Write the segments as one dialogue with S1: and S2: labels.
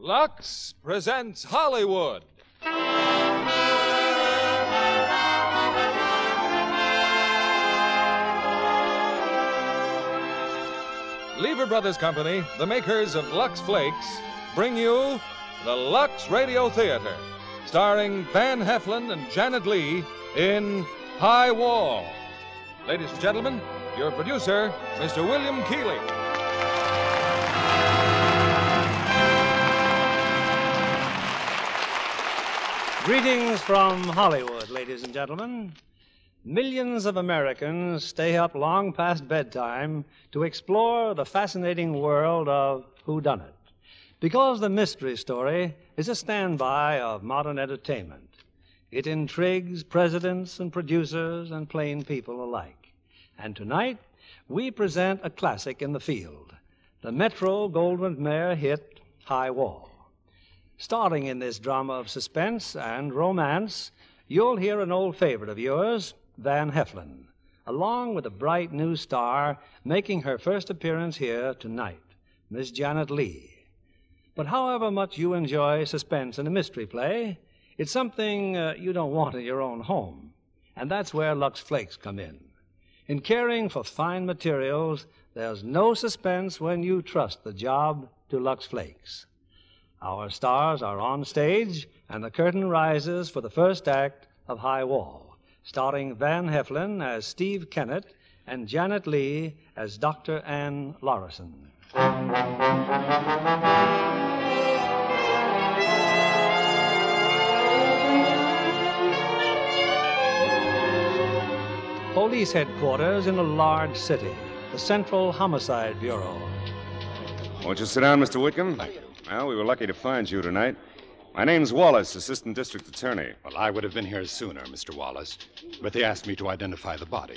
S1: Lux presents Hollywood. Lever Brothers Company, the makers of Lux Flakes, bring you the Lux Radio Theater, starring Van Heflin and Janet Lee in High Wall. Ladies and gentlemen, your producer, Mr. William Keeley.
S2: Greetings from Hollywood, ladies and gentlemen. Millions of Americans stay up long past bedtime to explore the fascinating world of whodunit. Because the mystery story is a standby of modern entertainment, it intrigues presidents and producers and plain people alike. And tonight, we present a classic in the field the Metro Goldwyn Mayer hit High Wall. Starring in this drama of suspense and romance, you'll hear an old favorite of yours, Van Heflin, along with a bright new star making her first appearance here tonight, Miss Janet Lee. But however much you enjoy suspense in a mystery play, it's something uh, you don't want in your own home. And that's where Lux Flakes come in. In caring for fine materials, there's no suspense when you trust the job to Lux Flakes. Our stars are on stage, and the curtain rises for the first act of High Wall, starring Van Heflin as Steve Kennett and Janet Lee as Dr. Ann Laurison. Police headquarters in a large city, the Central Homicide Bureau.
S3: Won't you sit down, Mr. Whitcomb? Well, we were lucky to find you tonight. My name's Wallace, Assistant District Attorney.
S4: Well, I would have been here sooner, Mr. Wallace, but they asked me to identify the body.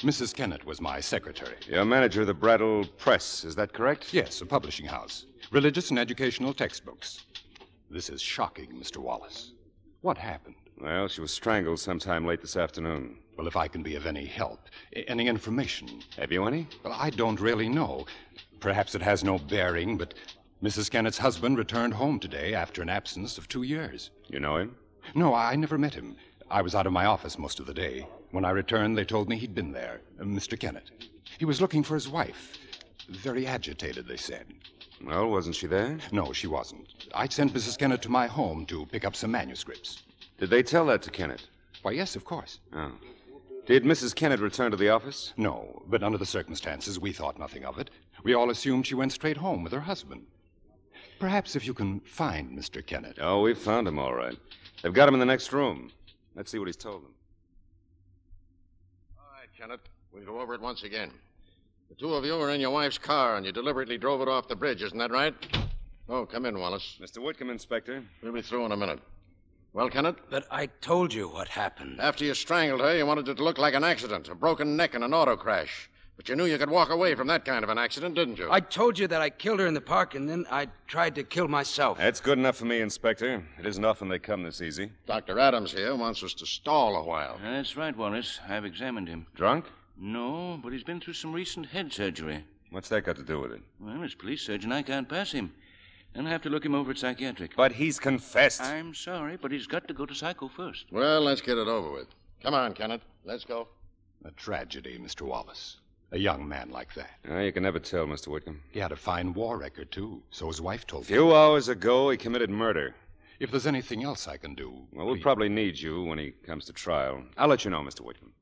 S4: Mrs. Kennett was my secretary.
S3: You're manager of the Brattle Press, is that correct?
S4: Yes, a publishing house. Religious and educational textbooks. This is shocking, Mr. Wallace. What happened?
S3: Well, she was strangled sometime late this afternoon.
S4: Well, if I can be of any help, a- any information.
S3: Have you any?
S4: Well, I don't really know. Perhaps it has no bearing, but Mrs. Kennett's husband returned home today after an absence of two years.
S3: You know him?
S4: No, I never met him. I was out of my office most of the day. When I returned, they told me he'd been there, uh, Mr. Kennett. He was looking for his wife. Very agitated, they said.
S3: Well, wasn't she there?
S4: No, she wasn't. I'd sent Mrs. Kennett to my home to pick up some manuscripts.
S3: Did they tell that to Kennett?
S4: Why, yes, of course.
S3: Oh. Did Mrs. Kennett return to the office?
S4: No, but under the circumstances, we thought nothing of it. We all assumed she went straight home with her husband. Perhaps if you can find Mr. Kennett.
S3: Oh, we found him all right. They've got him in the next room. Let's see what he's told them.
S5: All right, Kenneth. We'll go over it once again. The two of you were in your wife's car, and you deliberately drove it off the bridge, isn't that right? Oh, come in, Wallace.
S3: Mr. Whitcomb, Inspector.
S5: We'll be through in a minute. Well, Kenneth,
S6: But I told you what happened.
S5: after you strangled her, you wanted it to look like an accident, a broken neck and an auto crash. But you knew you could walk away from that kind of an accident, didn't you?
S6: I told you that I killed her in the park and then I tried to kill myself.
S3: That's good enough for me, Inspector. It isn't often they come this easy.
S5: Dr. Adams here wants us to stall a while.
S6: That's right, Wallace. I've examined him.
S3: Drunk?
S6: No, but he's been through some recent head surgery.
S3: What's that got to do with it?
S6: Well, as police surgeon, I can't pass him. And I have to look him over at psychiatric.
S3: But he's confessed.
S6: I'm sorry, but he's got to go to psycho first.
S5: Well, let's get it over with. Come on, Kenneth. Let's go.
S4: A tragedy, Mr. Wallace. A young man like that.
S3: Ah, you can never tell, Mr. Whitcomb.
S4: He had a fine war record, too, so his wife
S3: A
S4: told me.
S3: few hours ago, he committed murder.
S4: If there's anything else I can do.
S3: Well, we'll probably need you when he comes to trial. I'll let you know, Mr. Whitcomb.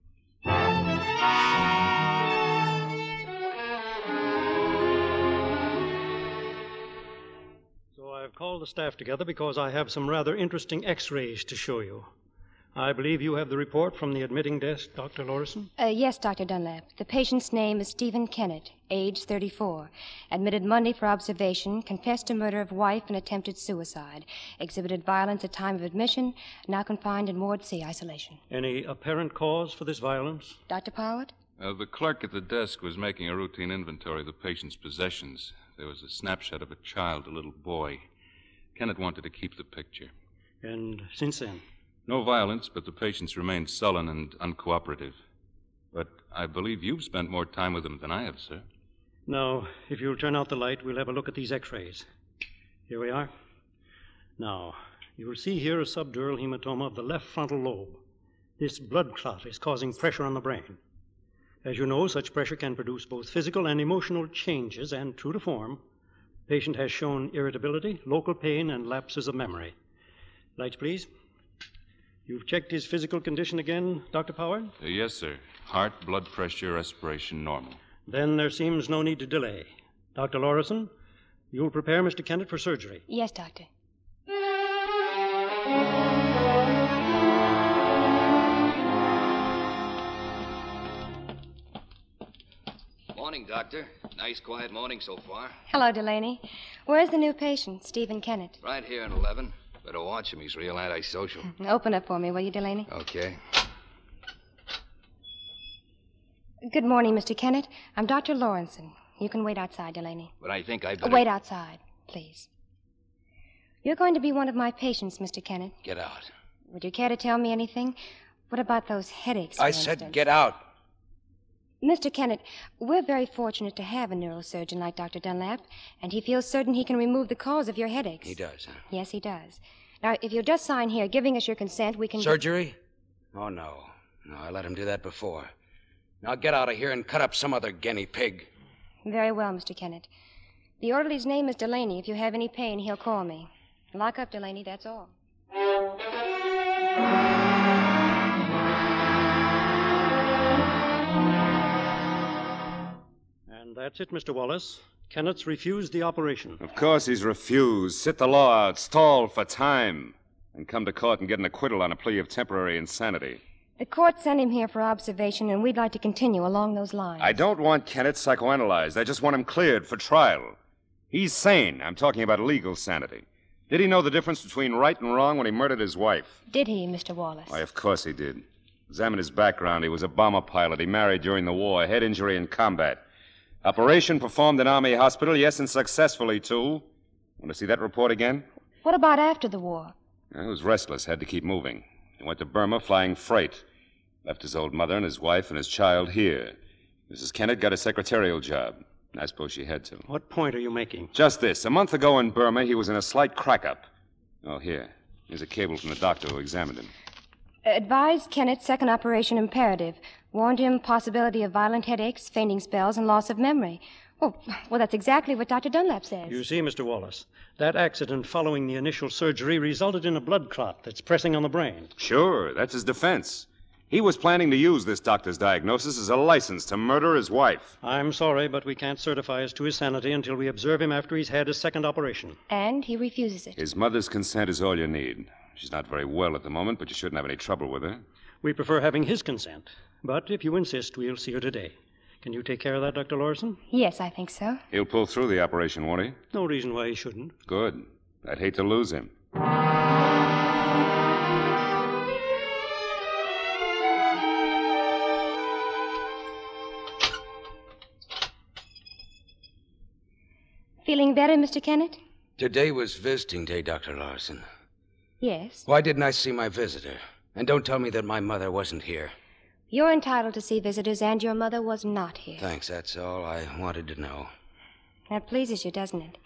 S7: So I've called the staff together because I have some rather interesting x rays to show you. I believe you have the report from the admitting desk, Dr. Lorison.
S8: Uh, yes, Dr. Dunlap. The patient's name is Stephen Kennett, age 34. Admitted Monday for observation, confessed to murder of wife and attempted suicide. Exhibited violence at time of admission, now confined in Ward C isolation.
S7: Any apparent cause for this violence?
S8: Dr. Powell?
S6: Uh, the clerk at the desk was making a routine inventory of the patient's possessions. There was a snapshot of a child, a little boy. Kennett wanted to keep the picture.
S7: And since then?
S6: No violence, but the patients remained sullen and uncooperative. But I believe you've spent more time with them than I have, sir.
S7: Now, if you'll turn out the light, we'll have a look at these x rays. Here we are. Now, you'll see here a subdural hematoma of the left frontal lobe. This blood clot is causing pressure on the brain. As you know, such pressure can produce both physical and emotional changes, and true to form, patient has shown irritability, local pain, and lapses of memory. Lights, please. You've checked his physical condition again, Dr. Power?
S6: Uh, yes, sir. Heart, blood pressure, respiration normal.
S7: Then there seems no need to delay. Dr. Lorison, you'll prepare Mr. Kennett for surgery.
S8: Yes, Doctor.
S9: Morning, Doctor. Nice, quiet morning so far.
S8: Hello, Delaney. Where's the new patient, Stephen Kennett?
S9: Right here in 11. Better watch him. He's real
S8: Hmm.
S9: antisocial.
S8: Open up for me, will you, Delaney?
S9: Okay.
S8: Good morning, Mr. Kennett. I'm Dr. Lawrenson. You can wait outside, Delaney.
S9: But I think I better.
S8: Oh, Wait outside, please. You're going to be one of my patients, Mr. Kennett.
S9: Get out.
S8: Would you care to tell me anything? What about those headaches?
S9: I
S8: for
S9: said
S8: instance?
S9: get out.
S8: Mr. Kennett, we're very fortunate to have a neurosurgeon like Dr. Dunlap, and he feels certain he can remove the cause of your headaches.
S9: He does, huh?
S8: Yes, he does. Now, if you'll just sign here, giving us your consent, we can.
S9: Surgery? Oh, no. No, I let him do that before. Now get out of here and cut up some other guinea pig.
S8: Very well, Mr. Kennett. The orderly's name is Delaney. If you have any pain, he'll call me. Lock up, Delaney, that's all.
S7: And that's it, Mr. Wallace. Kennett's refused the operation.
S3: Of course, he's refused. Sit the law out, stall for time, and come to court and get an acquittal on a plea of temporary insanity.
S8: The court sent him here for observation, and we'd like to continue along those lines.
S3: I don't want Kennett psychoanalyzed. I just want him cleared for trial. He's sane. I'm talking about legal sanity. Did he know the difference between right and wrong when he murdered his wife?
S8: Did he, Mr. Wallace?
S3: Why, of course he did. Examine his background. He was a bomber pilot. He married during the war, head injury in combat. Operation performed in Army hospital, yes, and successfully, too. Want to see that report again?
S8: What about after the war?
S3: He was restless, had to keep moving. He went to Burma flying freight. Left his old mother and his wife and his child here. Mrs. Kennett got a secretarial job. I suppose she had to.
S7: What point are you making?
S3: Just this. A month ago in Burma, he was in a slight crack up. Oh, here. Here's a cable from the doctor who examined him.
S8: Advised Kennett second operation imperative. Warned him possibility of violent headaches, fainting spells, and loss of memory. Oh, well, that's exactly what Dr. Dunlap says.
S7: You see, Mr. Wallace, that accident following the initial surgery resulted in a blood clot that's pressing on the brain.
S3: Sure, that's his defense. He was planning to use this doctor's diagnosis as a license to murder his wife.
S7: I'm sorry, but we can't certify as to his sanity until we observe him after he's had his second operation.
S8: And he refuses it.
S3: His mother's consent is all you need. She's not very well at the moment, but you shouldn't have any trouble with her.
S7: We prefer having his consent, but if you insist, we'll see her today. Can you take care of that, Dr. Lorison?
S8: Yes, I think so.
S3: He'll pull through the operation, won't he?
S7: No reason why he shouldn't.
S3: Good. I'd hate to lose him.
S8: Feeling better, Mr. Kennett?
S9: Today was visiting day, Dr. Larson.
S8: Yes.
S9: Why didn't I see my visitor? And don't tell me that my mother wasn't here.
S8: You're entitled to see visitors, and your mother was not here.
S9: Thanks, that's all I wanted to know.
S8: That pleases you, doesn't it?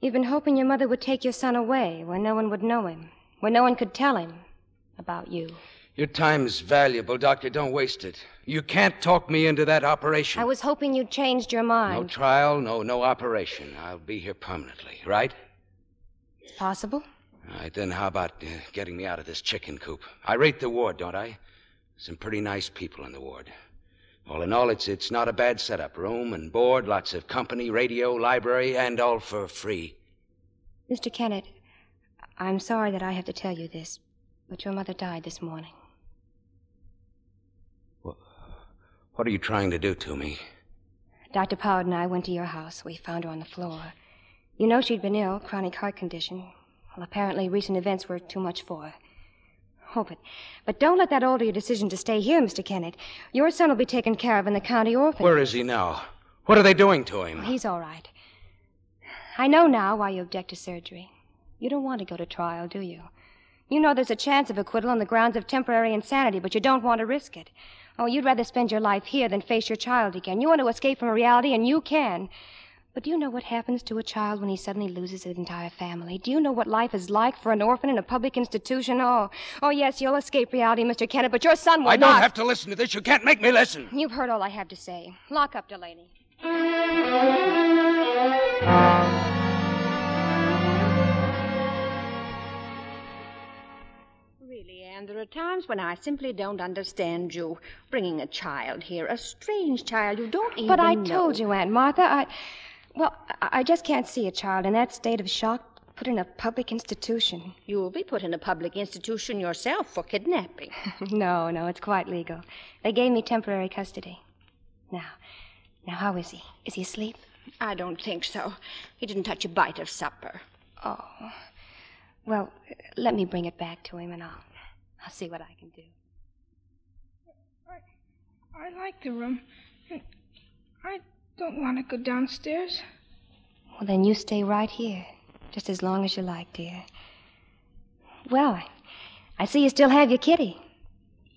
S8: You've been hoping your mother would take your son away where no one would know him, where no one could tell him about you.
S9: Your time's valuable, Doctor. Don't waste it. You can't talk me into that operation.
S8: I was hoping you changed your
S9: No
S8: mind.
S9: trial, no, no operation. I'll be here permanently, right?
S8: It's possible.
S9: All right, then how about uh, getting me out of this chicken coop? I rate the ward, don't I? Some pretty nice people in the ward. All in all, it's it's not a bad setup. Room and board, lots of company, radio, library, and all for free.
S8: Mr. Kennett, I'm sorry that I have to tell you this, but your mother died this morning.
S9: What are you trying to do to me?
S8: Dr. Powell and I went to your house. We found her on the floor. You know she'd been ill, chronic heart condition. Well, apparently recent events were too much for her. Oh, but, but don't let that alter your decision to stay here, Mr. Kennett. Your son will be taken care of in the county orphan.
S9: Where is he now? What are they doing to
S8: Oh,
S9: him?
S8: He's all right. I know now why you object to surgery. You don't want to go to trial, do you? You know there's a chance of acquittal on the grounds of temporary insanity, but you don't want to risk it. Oh, you'd rather spend your life here than face your child again. You want to escape from reality, and you can. But do you know what happens to a child when he suddenly loses his entire family? Do you know what life is like for an orphan in a public institution? Oh, oh yes, you'll escape reality, Mr. Kennett, but your son will
S9: I
S8: not.
S9: don't have to listen to this. You can't make me listen.
S8: You've heard all I have to say. Lock up, Delaney.
S10: Really, Anne, there are times when I simply don't understand you bringing a child here, a strange child you don't even.
S8: But I
S10: know.
S8: told you, Aunt Martha, I. Well, I I just can't see a child in that state of shock put in a public institution.
S10: You'll be put in a public institution yourself for kidnapping.
S8: no, no, it's quite legal. They gave me temporary custody. Now, now, how is he? Is he asleep?
S10: I don't think so. He didn't touch a bite of supper.
S8: Oh. Well, let me bring it back to him and I'll, I'll see what I can do.
S11: I like the room. I don't want to go downstairs.
S8: Well, then you stay right here, just as long as you like, dear. Well, I, I see you still have your kitty.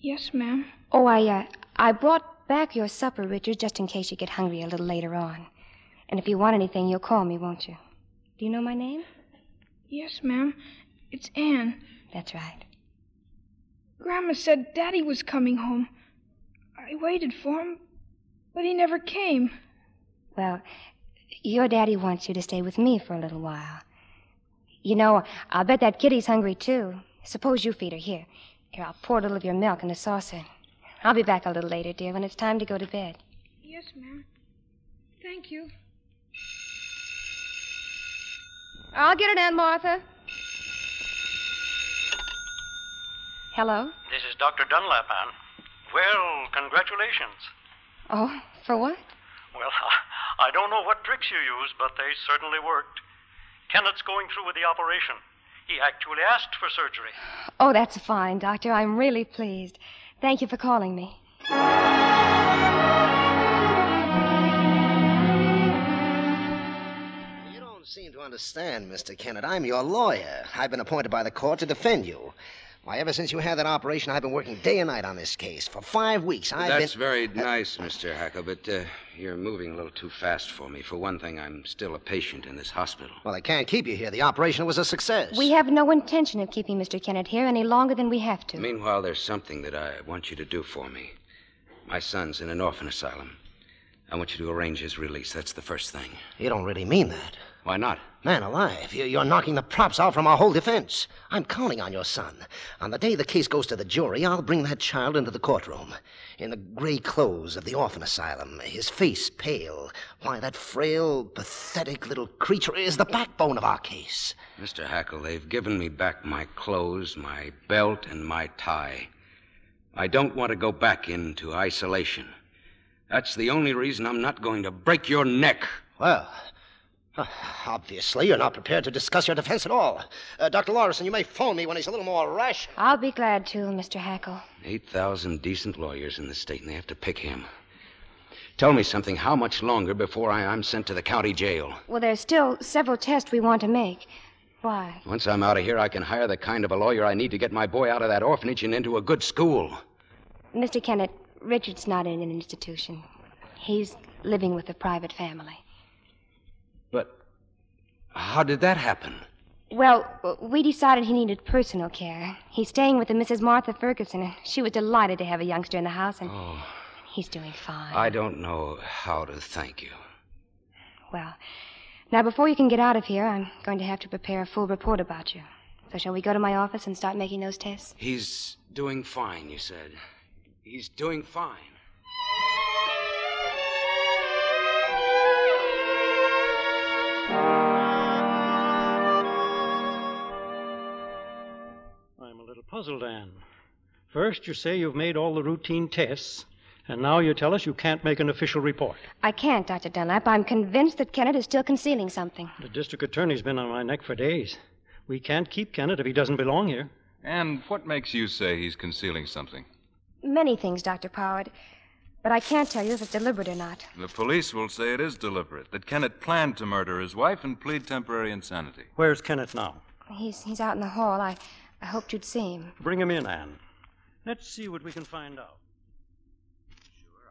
S11: Yes, ma'am.
S8: Oh, I, uh, I brought back your supper, Richard, just in case you get hungry a little later on. And if you want anything, you'll call me, won't you? Do you know my name?
S11: Yes, ma'am. It's Anne.
S8: That's right.
S11: Grandma said Daddy was coming home. I waited for him, but he never came.
S8: Well, your daddy wants you to stay with me for a little while. You know, I'll bet that kitty's hungry, too. Suppose you feed her here. Here, I'll pour a little of your milk in a saucer. I'll be back a little later, dear, when it's time to go to bed.
S11: Yes, ma'am. Thank you.
S8: I'll get it, Aunt Martha. Hello?
S7: This is Dr. Dunlap, Ann. Well, congratulations.
S8: Oh, for what?
S7: Well, I don't know what tricks you used, but they certainly worked. Kennett's going through with the operation. He actually asked for surgery.
S8: Oh, that's fine, Doctor. I'm really pleased. Thank you for calling me.
S12: don't seem to understand, Mr. Kennett. I'm your lawyer. I've been appointed by the court to defend you. Why, ever since you had that operation, I've been working day and night on this case. For five weeks, I've
S9: That's
S12: been.
S9: very nice, Mr. Hackle, but uh, you're moving a little too fast for me. For one thing, I'm still a patient in this hospital.
S12: Well, I can't keep you here. The operation was a success.
S8: We have no intention of keeping Mr. Kennett here any longer than we have to.
S9: Meanwhile, there's something that I want you to do for me. My son's in an orphan asylum. I want you to arrange his release. That's the first thing.
S12: You don't really mean that.
S9: Why not?
S12: Man alive, you- you're knocking the props out from our whole defense. I'm counting on your son. On the day the case goes to the jury, I'll bring that child into the courtroom. In the gray clothes of the orphan asylum, his face pale. Why, that frail, pathetic little creature is the backbone of our case.
S9: Mr. Hackle, they've given me back my clothes, my belt, and my tie. I don't want to go back into isolation. That's the only reason I'm not going to break your neck.
S12: Well, obviously, you're not prepared to discuss your defense at all. Uh, Dr. Lawrison, you may phone me when he's a little more rational.
S8: I'll be glad to, Mr. Hackle.
S9: 8,000 decent lawyers in the state, and they have to pick him. Tell me something. How much longer before I, I'm sent to the county jail?
S8: Well, there's still several tests we want to make. Why?
S9: Once I'm out of here, I can hire the kind of a lawyer I need to get my boy out of that orphanage and into a good school.
S8: Mr. Kennett, Richard's not in an institution. He's living with a private family.
S9: But how did that happen?
S8: Well, w- we decided he needed personal care. He's staying with a Mrs. Martha Ferguson, and she was delighted to have a youngster in the house, and
S9: Oh,
S8: he's doing fine.
S9: I don't know how to thank you.
S8: Well, now before you can get out of here, I'm going to have to prepare a full report about you. So shall we go to my office and start making those tests?
S9: He's doing fine, you said. He's doing fine.
S7: I'm a little puzzled, Anne. First, you say you've made all the routine tests, and now you tell us you can't make an official report.
S8: I can't, Dr. Dunlap. I'm convinced that Kennett is still concealing something.
S7: The district attorney's been on my neck for days. We can't keep Kennett if he doesn't belong here.
S6: And what makes you say he's concealing something?
S8: Many things, Dr. Pollard, but I can't tell you if it's deliberate or not.
S6: The police will say it is deliberate, that Kennett planned to murder his wife and plead temporary insanity.
S7: Where's Kennett now?
S8: He's he's out in the hall. I I hoped you'd see him.
S7: Bring him in, Anne. Let's see what we can find out.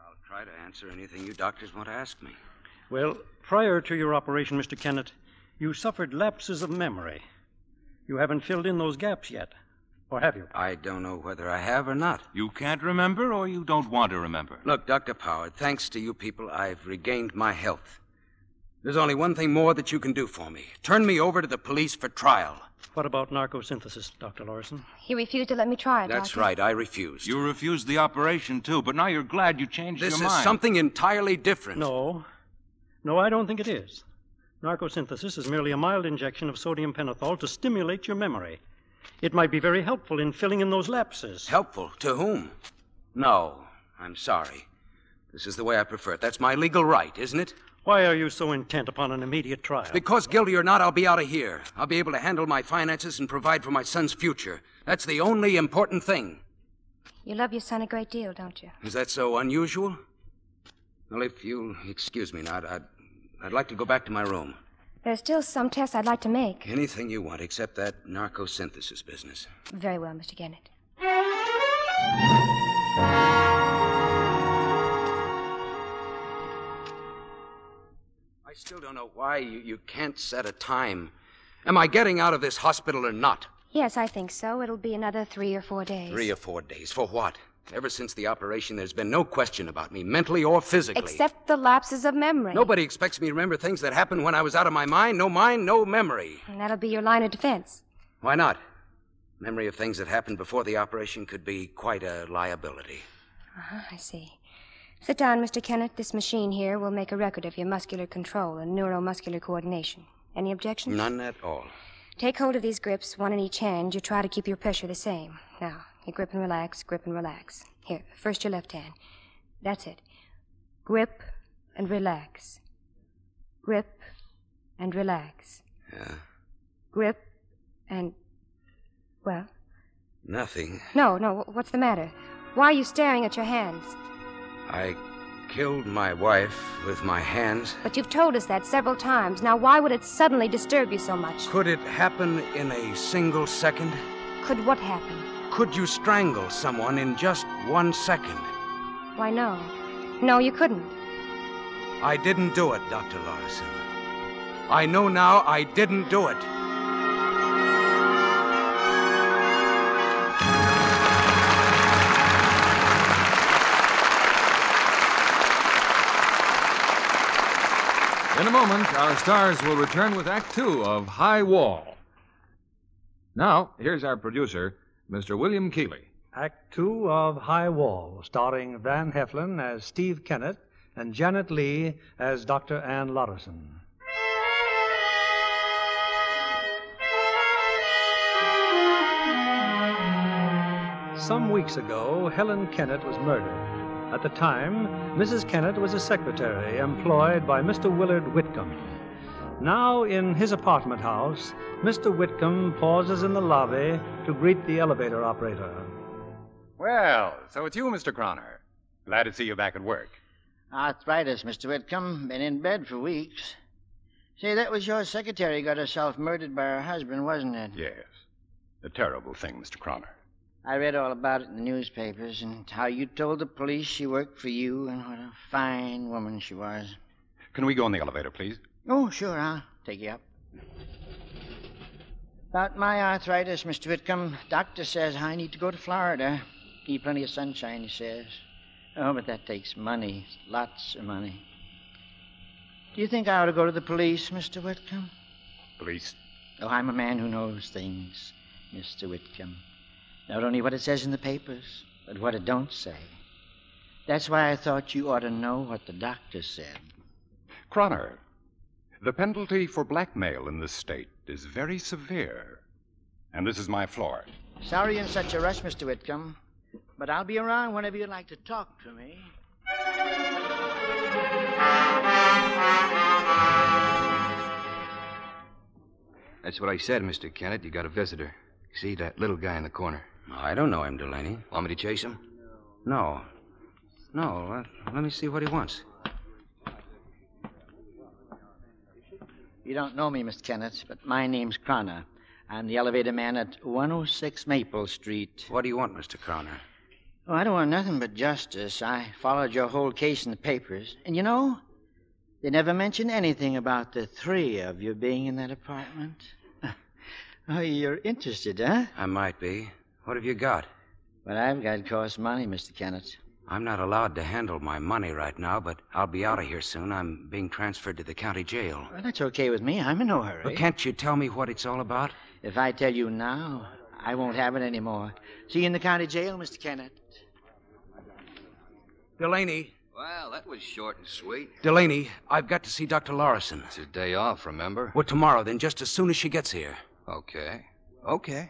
S9: I'll try to answer anything you doctors want to ask me.
S7: Well, prior to your operation, Mr. Kennett, you suffered lapses of memory. You haven't filled in those gaps yet. Or have you?
S9: I don't know whether I have or not.
S6: You can't remember, or you don't want to remember.
S9: Look, Dr. Power, thanks to you people, I've regained my health. There's only one thing more that you can do for me turn me over to the police for trial.
S7: What about narcosynthesis, Dr. Lorison?
S8: He refused to let me try it.
S9: That's
S8: Doctor.
S9: right, I refused.
S6: You refused the operation, too, but now you're glad you changed
S9: This
S6: your
S9: is
S6: mind.
S9: something entirely different.
S7: No. No, I don't think it is. Narcosynthesis is merely a mild injection of sodium pentothal to stimulate your memory. It might be very helpful in filling in those lapses.
S9: Helpful? To whom? No, I'm sorry. This is the way I prefer it. That's my legal right, isn't it?
S7: Why are you so intent upon an immediate trial?
S9: Because, guilty or not, I'll be out of here. I'll be able to handle my finances and provide for my son's future. That's the only important thing.
S8: You love your son a great deal, don't you?
S9: Is that so unusual? Well, if you'll excuse me now, I'd, I'd, I'd like to go back to my room.
S8: There's still some tests I'd like to make.
S9: Anything you want except that narcosynthesis business.
S8: Very well, Mr. Kennett.
S9: I still don't know why you, you can't set a time. Am I getting out of this hospital or not?
S8: Yes, I think so. It'll be another three or four days.
S9: Three or four days. For what? Ever since the operation, there's been no question about me, mentally or physically.
S8: Except the lapses of memory.
S9: Nobody expects me to remember things that happened when I was out of my mind. No mind, no memory.
S8: And that'll be your line of defense.
S9: Why not? Memory of things that happened before the operation could be quite a liability.
S8: Uh-huh, I see. Sit down, Mr. Kennett. This machine here will make a record of your muscular control and neuromuscular coordination. Any objections?
S9: None at all.
S8: Take hold of these grips, one in each hand. You try to keep your pressure the same. Now, you grip and relax, grip and relax. Here, first your left hand. That's it. Grip and relax. Grip and relax.
S9: Yeah.
S8: Grip and. Well,
S9: Nothing.
S8: no, no, what's the matter? Why are you staring at your hands?
S9: I killed my wife with my hands.
S8: But you've told us that several times. Now, why would it suddenly disturb you so much?
S9: Could it happen in a single second?
S8: Could what happen?
S9: Could you strangle someone in just one second?
S8: Why, no. No, you couldn't.
S9: I didn't do it, Dr. Larson. I know now I didn't do it.
S1: In a moment, our stars will return with Act Two of High Wall. Now, here's our producer, Mr. William Keeley.
S2: Act Two of High Wall, starring Van Heflin as Steve Kennett and Janet Lee as Dr. Ann Lotterson. Some weeks ago, Helen Kennett was murdered. At the time, Mrs. Kennett was a secretary employed by Mr. Willard Whitcomb. Now, in his apartment house, Mr. Whitcomb pauses in the lobby to greet the elevator operator.
S13: Well, so it's you, Mr. Croner. Glad to see you back at work.
S14: Arthritis, Mr. Whitcomb. Been in bed for weeks. Say, that was your secretary got herself murdered by her husband, wasn't it?
S4: Yes. A terrible thing, Mr. Croner.
S14: I read all about it in the newspapers and how you told the police she worked for you and what a fine woman she was.
S4: Can we go in the elevator, please?
S14: Oh, sure, I'll take you up. About my arthritis, Mr. Whitcomb, doctor says I need to go to Florida. Need plenty of sunshine, he says. Oh, but that takes money, lots of money. Do you think I ought to go to the police, Mr. Whitcomb?
S13: Police.
S14: Oh, I'm a man who knows things, Mr. Whitcomb. Not only what it says in the papers, but what it don't say. That's why I thought you ought to know what the doctor said.
S4: Croner, the penalty for blackmail in this state is very severe. And this is my floor.
S14: Sorry you're in such a rush, Mr. Whitcomb, but I'll be around whenever you'd like to talk to me.
S9: That's what I said, Mr. Kennett. You got a visitor. See that little guy in the corner? I don't know him, Delaney. Want me to chase him? No. No, uh, let, let me see what he wants.
S14: You don't know me, Mr. Kennett, but my name's Croner. I'm the elevator man at 106 Maple Street.
S9: What do you want, Mr. Croner?
S14: Oh, I don't want nothing but justice. I followed your whole case in the papers. And you know, they never mention anything about the three of you being in that apartment. Oh, you're interested, huh?
S9: I might be. What have you got?
S14: What I've got costs money, Mr. Kennett.
S9: I'm not allowed to handle my money right now, but I'll be out of here soon. I'm being transferred to the county jail.
S14: Well, that's okay with me. I'm in no hurry.
S9: But can't you tell me what it's all about?
S14: If I tell you now, I won't have it anymore. See you in the county jail, Mr. Kennett.
S9: Delaney.
S15: Well, that was short and sweet.
S9: Delaney, I've got to see Dr. Larson.
S15: It's a day off, remember?
S9: Well, tomorrow, then, just as soon as she gets here.
S15: Okay.
S9: Okay.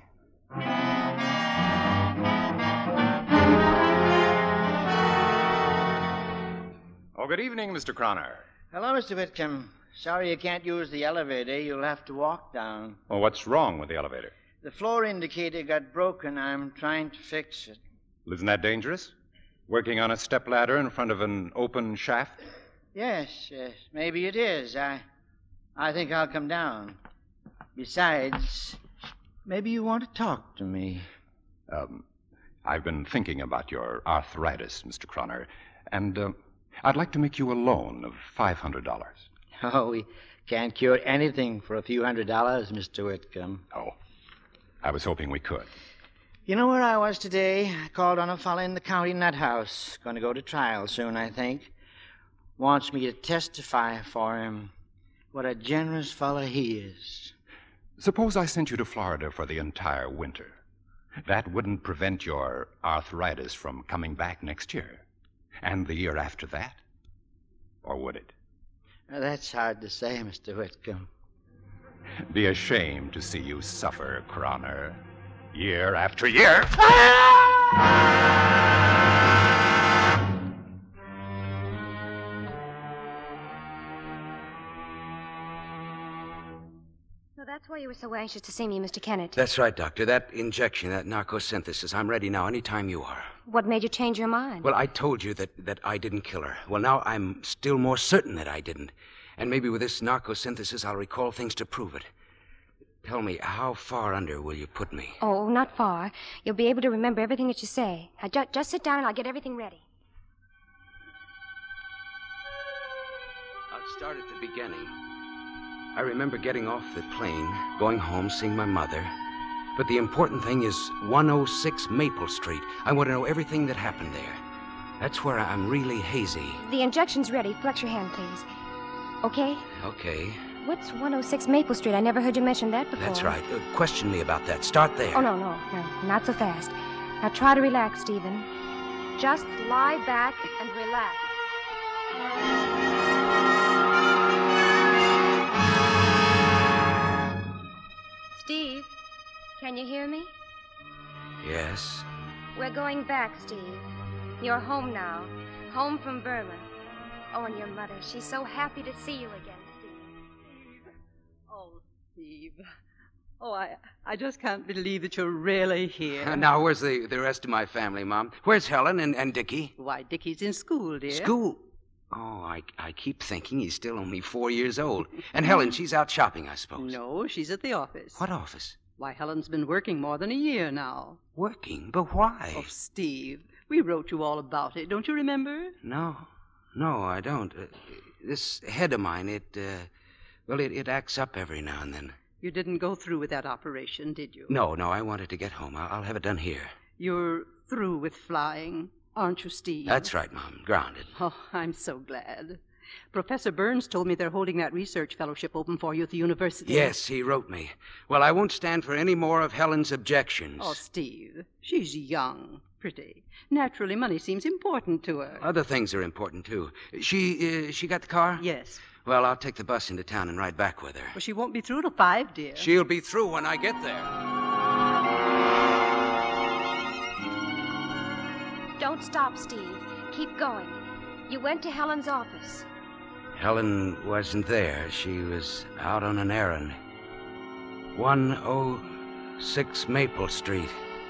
S13: Oh, good evening, Mr. Croner.
S14: Hello, Mr. Whitcomb. Sorry you can't use the elevator. You'll have to walk down.
S13: Well, Oh, what's wrong with the elevator?
S14: The floor indicator got broken. I'm trying to fix it.
S13: Isn't that dangerous? Working on a stepladder in front of an open shaft?
S14: Yes, yes, maybe it is. I, I think I'll come down. Besides, maybe you want to talk to me.
S4: Um, I've been thinking about your arthritis, Mr. Croner, and um, I'd like to make you a loan of $500.
S14: Oh, we can't cure anything for a few hundred dollars, Mr. Whitcomb.
S4: Oh. I was hoping we could.
S14: You know where I was today? I called on a fellow in the county nut house. Going to go to trial soon, I think. Wants me to testify for him. What a generous fellow he is.
S4: Suppose I sent you to Florida for the entire winter. That wouldn't prevent your arthritis from coming back next year. And the year after that? Or would it?
S14: Now, that's hard to say, Mr. Whitcomb.
S4: Be ashamed to see you suffer, Croner. Year after year.
S8: So that's why you were so anxious to see me, Mr. Kennett.
S9: That's right, Doctor. That injection, that narcosynthesis, I'm ready now, any time you are.
S8: What made you change your mind?
S9: Well, I told you that, that I didn't kill her. Well, now I'm still more certain that I didn't. And maybe with this narcosynthesis, I'll recall things to prove it. Tell me, how far under will you put me?
S8: Oh, not far. You'll be able to remember everything that you say. Now, ju- just sit down and I'll get everything ready.
S9: I'll start at the beginning. I remember getting off the plane, going home, seeing my mother. But the important thing is 106 Maple Street. I want to know everything that happened there. That's where I'm really hazy.
S8: The injection's ready. Flex your hand, please. Okay?
S9: Okay,
S8: What's 106 Maple Street? I never heard you mention that before.
S9: that's right. Uh, question me about that. Start there.
S8: Oh, no, no, no. Not so fast. Now try to relax, Stephen. Just lie back and relax. Steve, can you hear me?
S9: Yes.
S8: We're going back, Steve. You're home now. Home from Burma. Oh, and your mother. She's so happy to see you again, Steve.
S16: Oh, Steve. Oh, I, I just can't believe that you're really here.
S9: Now, where's the, the rest of my family, Mom? Where's Helen and, and Dickie?
S16: Why, Dickie's in school, dear.
S9: School. Oh, I, I keep thinking he's still only four years old. And Helen, she's out shopping, I suppose.
S16: No, she's at the office.
S9: What office?
S16: Why, Helen's been working more than a year now.
S9: Working? But why?
S16: Oh, Steve, we wrote you all about it. Don't you remember?
S9: No, no, I don't. Uh, this head of mine, it, uh, well, it, it acts up every now and then.
S16: You didn't go through with that operation, did you?
S9: No, no, I wanted to get home. I- I'll have it done here.
S16: You're through with flying, aren't you, Steve?
S9: That's right, Mom. Grounded.
S16: Oh, I'm so glad. Professor Burns told me they're holding that research fellowship open for you at the university.
S9: Yes, he wrote me. Well, I won't stand for any more of Helen's objections.
S16: Oh, Steve, she's young, pretty. Naturally, money seems important to her.
S9: Other things are important too. She uh, she got the car?
S16: Yes.
S9: Well, I'll take the bus into town and ride back with her.
S16: Well, she won't be through till five, dear.
S9: She'll be through when I get there.
S8: Don't stop, Steve. Keep going. You went to Helen's office.
S9: Helen wasn't there. She was out on an errand. 106 Maple Street,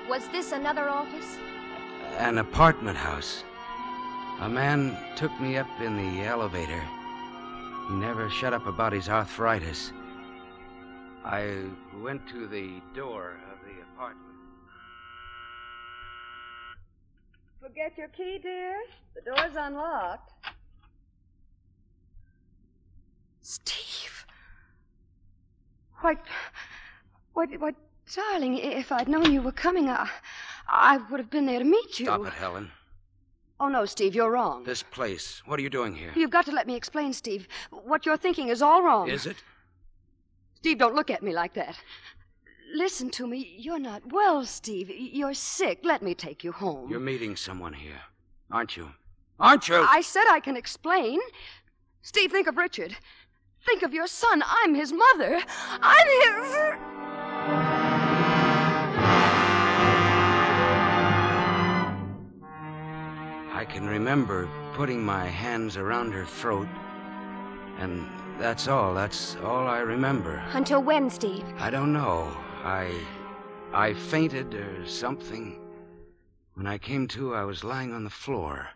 S8: Was this another office?
S9: an apartment house. A man took me up in the elevator. He never shut up about his arthritis. I went to the door of the apartment.
S17: Forget your key, dear. The door's unlocked.
S8: Steve! What, what, what, darling, if I'd known you were coming, I, I would have been there to meet you.
S9: Stop it, Helen.
S8: Oh, no, Steve, you're wrong.
S9: This place. What are you doing here?
S8: You've got to let me explain, Steve. What you're thinking is all wrong.
S9: Is it?
S8: Steve, don't look at me like that. Listen to me. You're not well, Steve. You're sick. Let me take you home.
S9: You're meeting someone here, aren't you? Aren't you?
S8: I said I can explain. Steve, think of Richard. Think of your son. I'm his mother. I'm his.
S9: I can remember putting my hands around her throat, and that's all. That's all I remember.
S8: Until when, Steve?
S9: I don't know. I. I fainted or something. When I came to, I was lying on the floor.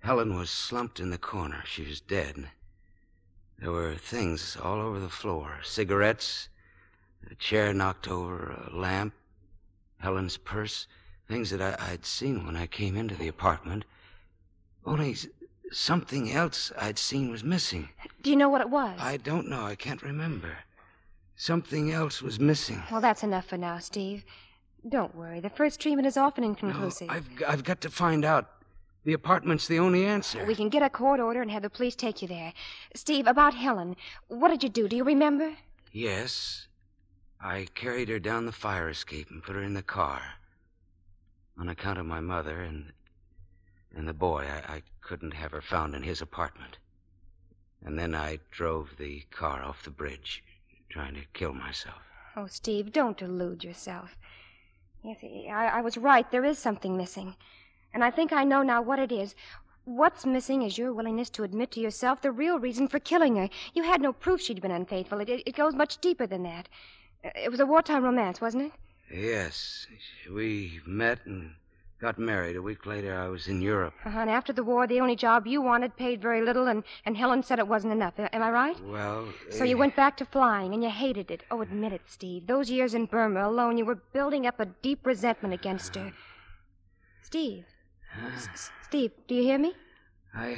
S9: Helen was slumped in the corner. She was dead. There were things all over the floor cigarettes, a chair knocked over, a lamp, Helen's purse, things that I, I'd seen when I came into the apartment. Only s- something else I'd seen was missing.
S8: Do you know what it was?
S9: I don't know. I can't remember. Something else was missing.
S8: Well, that's enough for now, Steve. Don't worry. The first treatment is often inconclusive.
S9: I've, I've got to find out. The apartment's the only answer.
S8: We can get a court order and have the police take you there. Steve, about Helen, what did you do? Do you remember?
S9: Yes. I carried her down the fire escape and put her in the car. On account of my mother and and the boy, I, I couldn't have her found in his apartment. And then I drove the car off the bridge, trying to kill myself.
S8: Oh, Steve, don't delude yourself. Yes, I, I was right. There is something missing. And I think I know now what it is. What's missing is your willingness to admit to yourself the real reason for killing her. You had no proof she'd been unfaithful. It, it, it goes much deeper than that. Uh, It was a wartime romance, wasn't it?
S9: Yes, we met and got married. A week later, I was in Europe.
S8: Uh-huh. And after the war, the only job you wanted paid very little, and, and Helen said it wasn't enough. Am I right?
S9: Well,
S8: So you
S9: eh,
S8: went back to flying, and you hated it. Oh, admit it, Steve. Those years in Burma alone, you were building up a deep resentment against her. Steve. S- S- Steve, do you hear me?
S9: I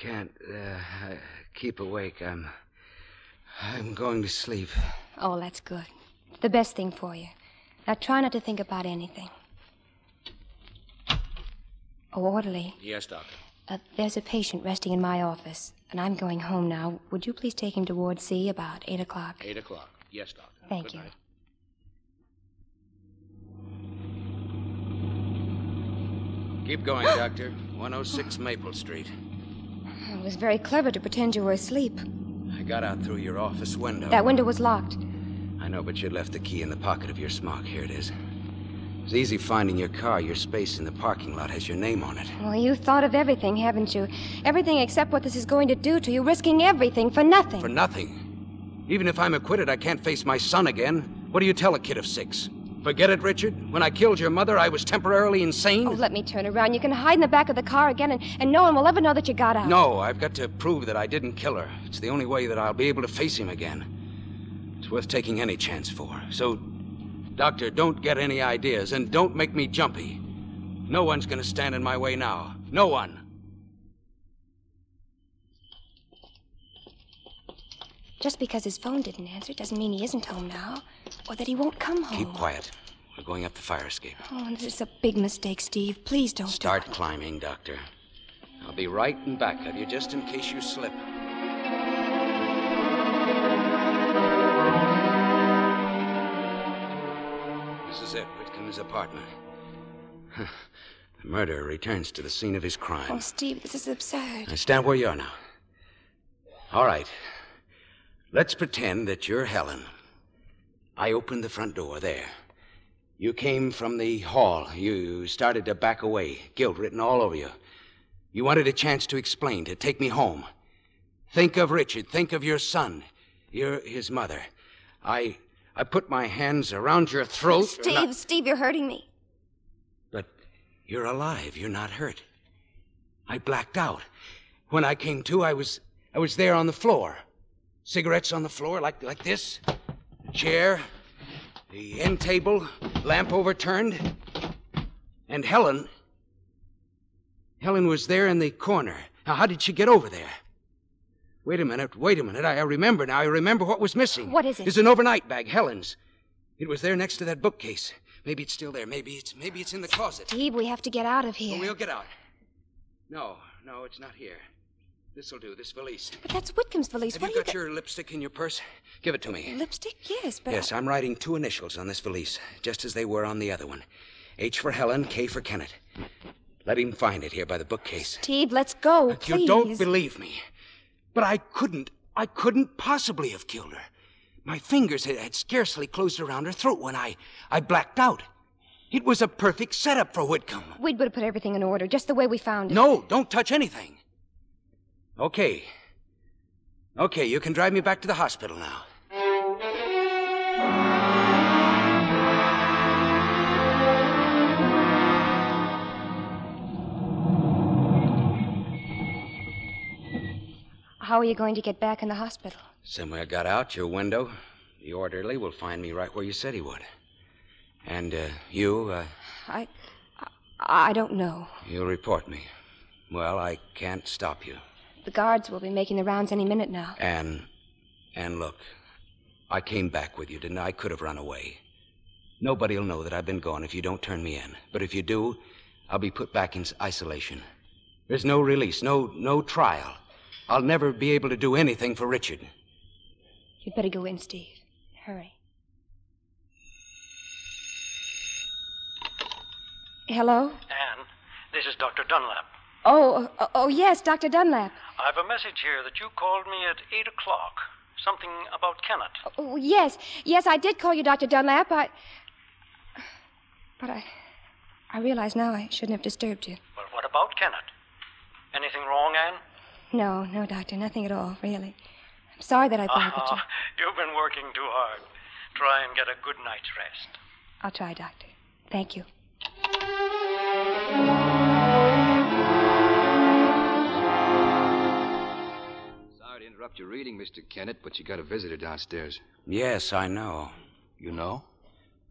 S9: can't uh, I- keep awake. I'm I'm going to sleep.
S8: Oh, that's good. The best thing for you. Now try not to think about anything. Oh, orderly,
S18: Yes, Doctor.
S8: uh, there's a patient resting in my office, and I'm going home now. Would you please take him to Ward C about 8 o'clock?
S18: Eight o'clock. Yes, Doctor.
S8: Thank you.
S9: Keep going, Doctor. 106 Maple Street.
S8: It was very clever to pretend you were asleep.
S9: I got out through your office window.
S8: That window was locked.
S9: I know, but you left the key in the pocket of your smock. Here it is. It's easy finding your car. Your space in the parking lot has your name on it.
S8: Well, you thought of everything, haven't you? Everything except what this is going to do to you, risking everything for nothing.
S9: For nothing. Even if I'm acquitted, I can't face my son again. What do you tell a kid of six? Forget it, Richard. When I killed your mother, I was temporarily insane.
S8: Oh, let me turn around. You can hide in the back of the car again, and, and no one will ever know that you got out.
S9: No, I've got to prove that I didn't kill her. It's the only way that I'll be able to face him again. It's worth taking any chance for. So, Doctor, don't get any ideas and don't make me jumpy. No one's going to stand in my way now. No one.
S8: Just because his phone didn't answer doesn't mean he isn't home now, or that he won't come home.
S9: Keep quiet. We're going up the fire escape.
S8: Oh, this is a big mistake, Steve. Please don't.
S9: Start climbing, Doctor. I'll be right in back of you just in case you slip. This is it, Whitcomb's apartment. The murderer returns to the scene of his crime.
S8: Oh, Steve, this is absurd.
S9: Now stand where you are now. All right. Let's pretend that you're Helen. I opened the front door there. You came from the hall. You started to back away, guilt written all over you. You wanted a chance to explain, to take me home. Think of Richard. Think of your son. You're his mother. I I put my hands around your throat.
S8: Steve, Steve, you're hurting me.
S9: You're alive. You're not hurt. I blacked out. When I came to, I was I was there on the floor. Cigarettes on the floor, like like this. Chair, the end table, lamp overturned. And Helen. Helen was there in the corner. Now, how did she get over there? Wait a minute, wait a minute. I, I remember now. I remember what was missing.
S8: What is it?
S9: It's an overnight bag, Helen's. It was there next to that bookcase. Maybe it's still there. Maybe it's maybe it's in the closet.
S8: Steve, we have to get out of here.
S9: Oh, We'll get out. No, no, it's not here. This'll do, this valise.
S8: But that's Whitcomb's valise.
S9: Have
S8: what
S9: you
S8: are you
S9: got your lipstick in your purse? Give it to me.
S8: Lipstick? Yes, but.
S9: yes, I'm writing two initials on this valise, just as they were on the other one. H for Helen, K for Kennett. Let him find it here by the bookcase.
S8: Steve, let's go. please.
S9: You don't believe me. But I couldn't. I couldn't possibly have killed her. My fingers had, had scarcely closed around her throat when I, I blacked out. It was a perfect setup for Whitcomb.
S8: We'd better put everything in order, just the way we found it.
S9: No, don't touch anything. Okay. Okay, you can drive me back to the hospital now.
S8: How are you going to get back in the hospital?
S9: Somewhere got out your window. The orderly will find me right where you said he would. And uh, you, uh,
S8: I. I I don't know.
S9: you'll report me. Well, I can't stop you.
S8: The guards will be making the rounds any minute now.
S9: Anne, Anne, look. I came back with you, didn't I? I could have run away. Nobody'll know that I've been gone if you don't turn me in. But if you do, I'll be put back in s- isolation. There's no release, no no trial. I'll never be able to do anything for Richard.
S8: You'd better go in, Steve. Hurry. Hello?
S19: Anne, this is Dr. Dunlap.
S8: Oh, oh, oh, yes, Dr. Dunlap.
S19: I've a message here that you called me at 8 o'clock. Something about Kennett.
S8: Oh, yes, yes, I did call you Dr. Dunlap. I. But I. I realize now I shouldn't have disturbed you.
S19: Well, what about Kennett? Anything wrong, Anne?
S8: No, no, Doctor, nothing at all, really. I'm sorry that I bothered you.
S7: Uh-huh.
S19: Ah, You've been working too hard. Try and get a good night's rest.
S8: I'll try, Doctor. Thank you.
S15: Sorry to interrupt your reading, Mr. Kennett, but you got a visitor downstairs.
S9: Yes, I know.
S15: You know?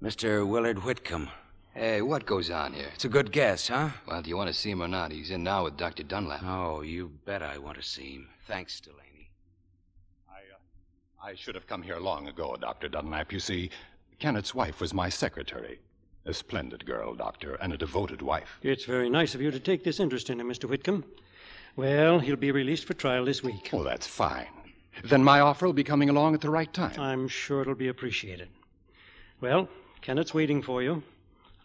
S9: Mr. Willard Whitcomb.
S15: Hey, what goes on here?
S9: It's a good guess, huh?
S15: Well, do you want to see him or not? He's in now with Dr. Dunlap.
S9: Oh, you bet I want to see him. Thanks, Delaney.
S4: I should have come here long ago, Dr. Dunlap. You see, Kennett's wife was my secretary. A splendid girl, Doctor, and a devoted wife.
S7: It's very nice of you to take this interest in him, Mr. Whitcomb. Well, he'll be released for trial this week.
S4: Oh, that's fine. Then my offer will be coming along at the right time.
S7: I'm sure it'll be appreciated. Well, Kennett's waiting for you.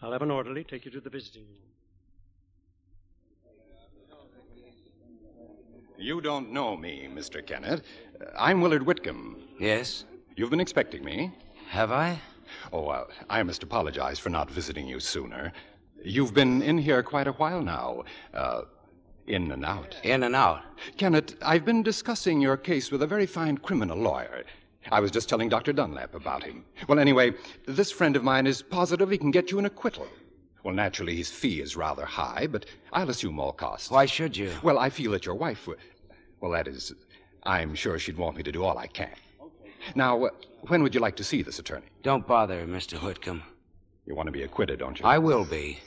S7: I'll have an orderly take you to the visiting room.
S4: You don't know me, Mr. Kennett. Uh, I'm Willard Whitcomb.
S9: Yes?
S4: You've been expecting me.
S9: Have I?
S4: Oh, uh, I must apologize for not visiting you sooner. You've been in here quite a while now. Uh, in and out.
S9: In and out.
S4: Kennett, I've been discussing your case with a very fine criminal lawyer. I was just telling Dr. Dunlap about him. Well, anyway, this friend of mine is positive he can get you an acquittal. Well, naturally, his fee is rather high, but I'll assume all costs.
S9: Why should you?
S4: Well, I feel that your wife. w- Well, that is, I'm sure she'd want me to do all I can. Now, uh, when would you like to see this attorney?
S9: Don't bother, Mr. Whitcomb.
S4: You want to be acquitted, don't you?
S9: I will be.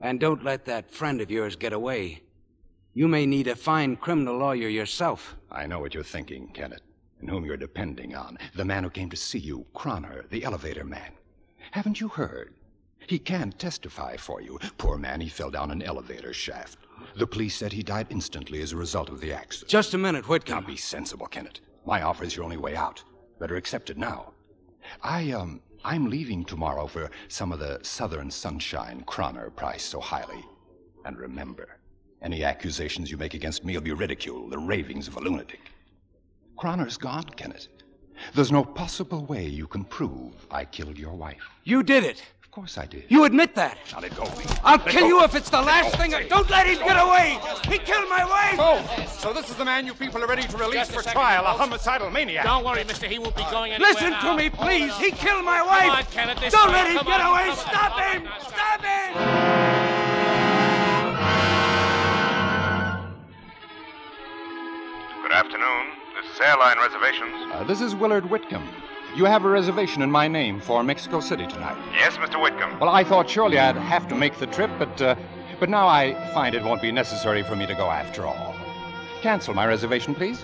S9: And don't let that friend of yours get away. You may need a fine criminal lawyer yourself.
S4: I know what you're thinking, Kennett. and whom you're depending on. The man who came to see you, Croner, the elevator man. Haven't you heard? He can't testify for you. Poor man, he fell down an elevator shaft. The police said he died instantly as a result of the accident.
S9: Just a minute, Whitcomb.
S4: Be sensible, Kennett. My offer is your only way out. Better accept it now. I, um, I'm leaving tomorrow for some of the Southern Sunshine Croner priced so highly. And remember, any accusations you make against me will be ridiculed, the ravings of a lunatic. Croner's gone, Kennett. There's no possible way you can prove I killed your wife.
S9: You did it.
S4: Of course I did.
S9: You admit that.
S4: Now let go of me.
S9: I'll
S4: Let
S9: kill
S4: go.
S9: you if it's the last
S4: go.
S9: thing. I... Don't let him get away. He killed my wife.
S20: Oh, so this is the man you people are ready to release
S9: Just a
S20: for
S9: second,
S20: trial, a
S9: folks.
S20: homicidal maniac.
S10: Don't worry, mister. He won't be going anywhere.
S9: Listen
S10: now.
S9: to me, please. He killed my
S10: Come
S9: wife.
S10: on, Kenneth, this
S9: Don't
S10: way.
S9: let him
S10: Come
S9: get
S10: on,
S9: away.
S10: come on.
S9: Stop him. Stop him.
S3: Good afternoon. This is Airline Reservations.
S20: Uh, this is Willard Whitcomb. You have a reservation in my name for Mexico City tonight.
S3: Yes, Mr. Whitcomb.
S20: Well, I thought surely I'd have to make the trip, but uh, but now I find it won't be necessary for me to go after all. Cancel my reservation, please.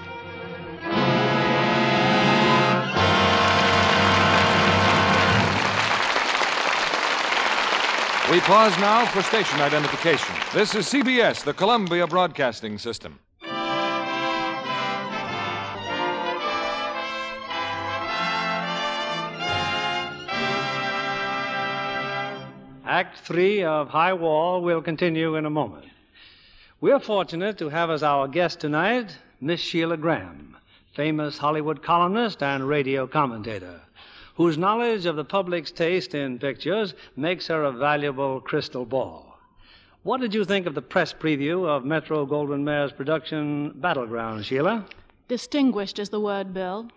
S21: We pause now for station identification. This is CBS, the Columbia Broadcasting System.
S2: Act three of High Wall will continue in a moment. We're fortunate to have as our guest tonight Miss Sheila Graham, famous Hollywood columnist and radio commentator, whose knowledge of the public's taste in pictures makes her a valuable crystal ball. What did you think of the press preview of Metro Goldwyn Mayer's production Battleground, Sheila?
S22: Distinguished is the word, Bill.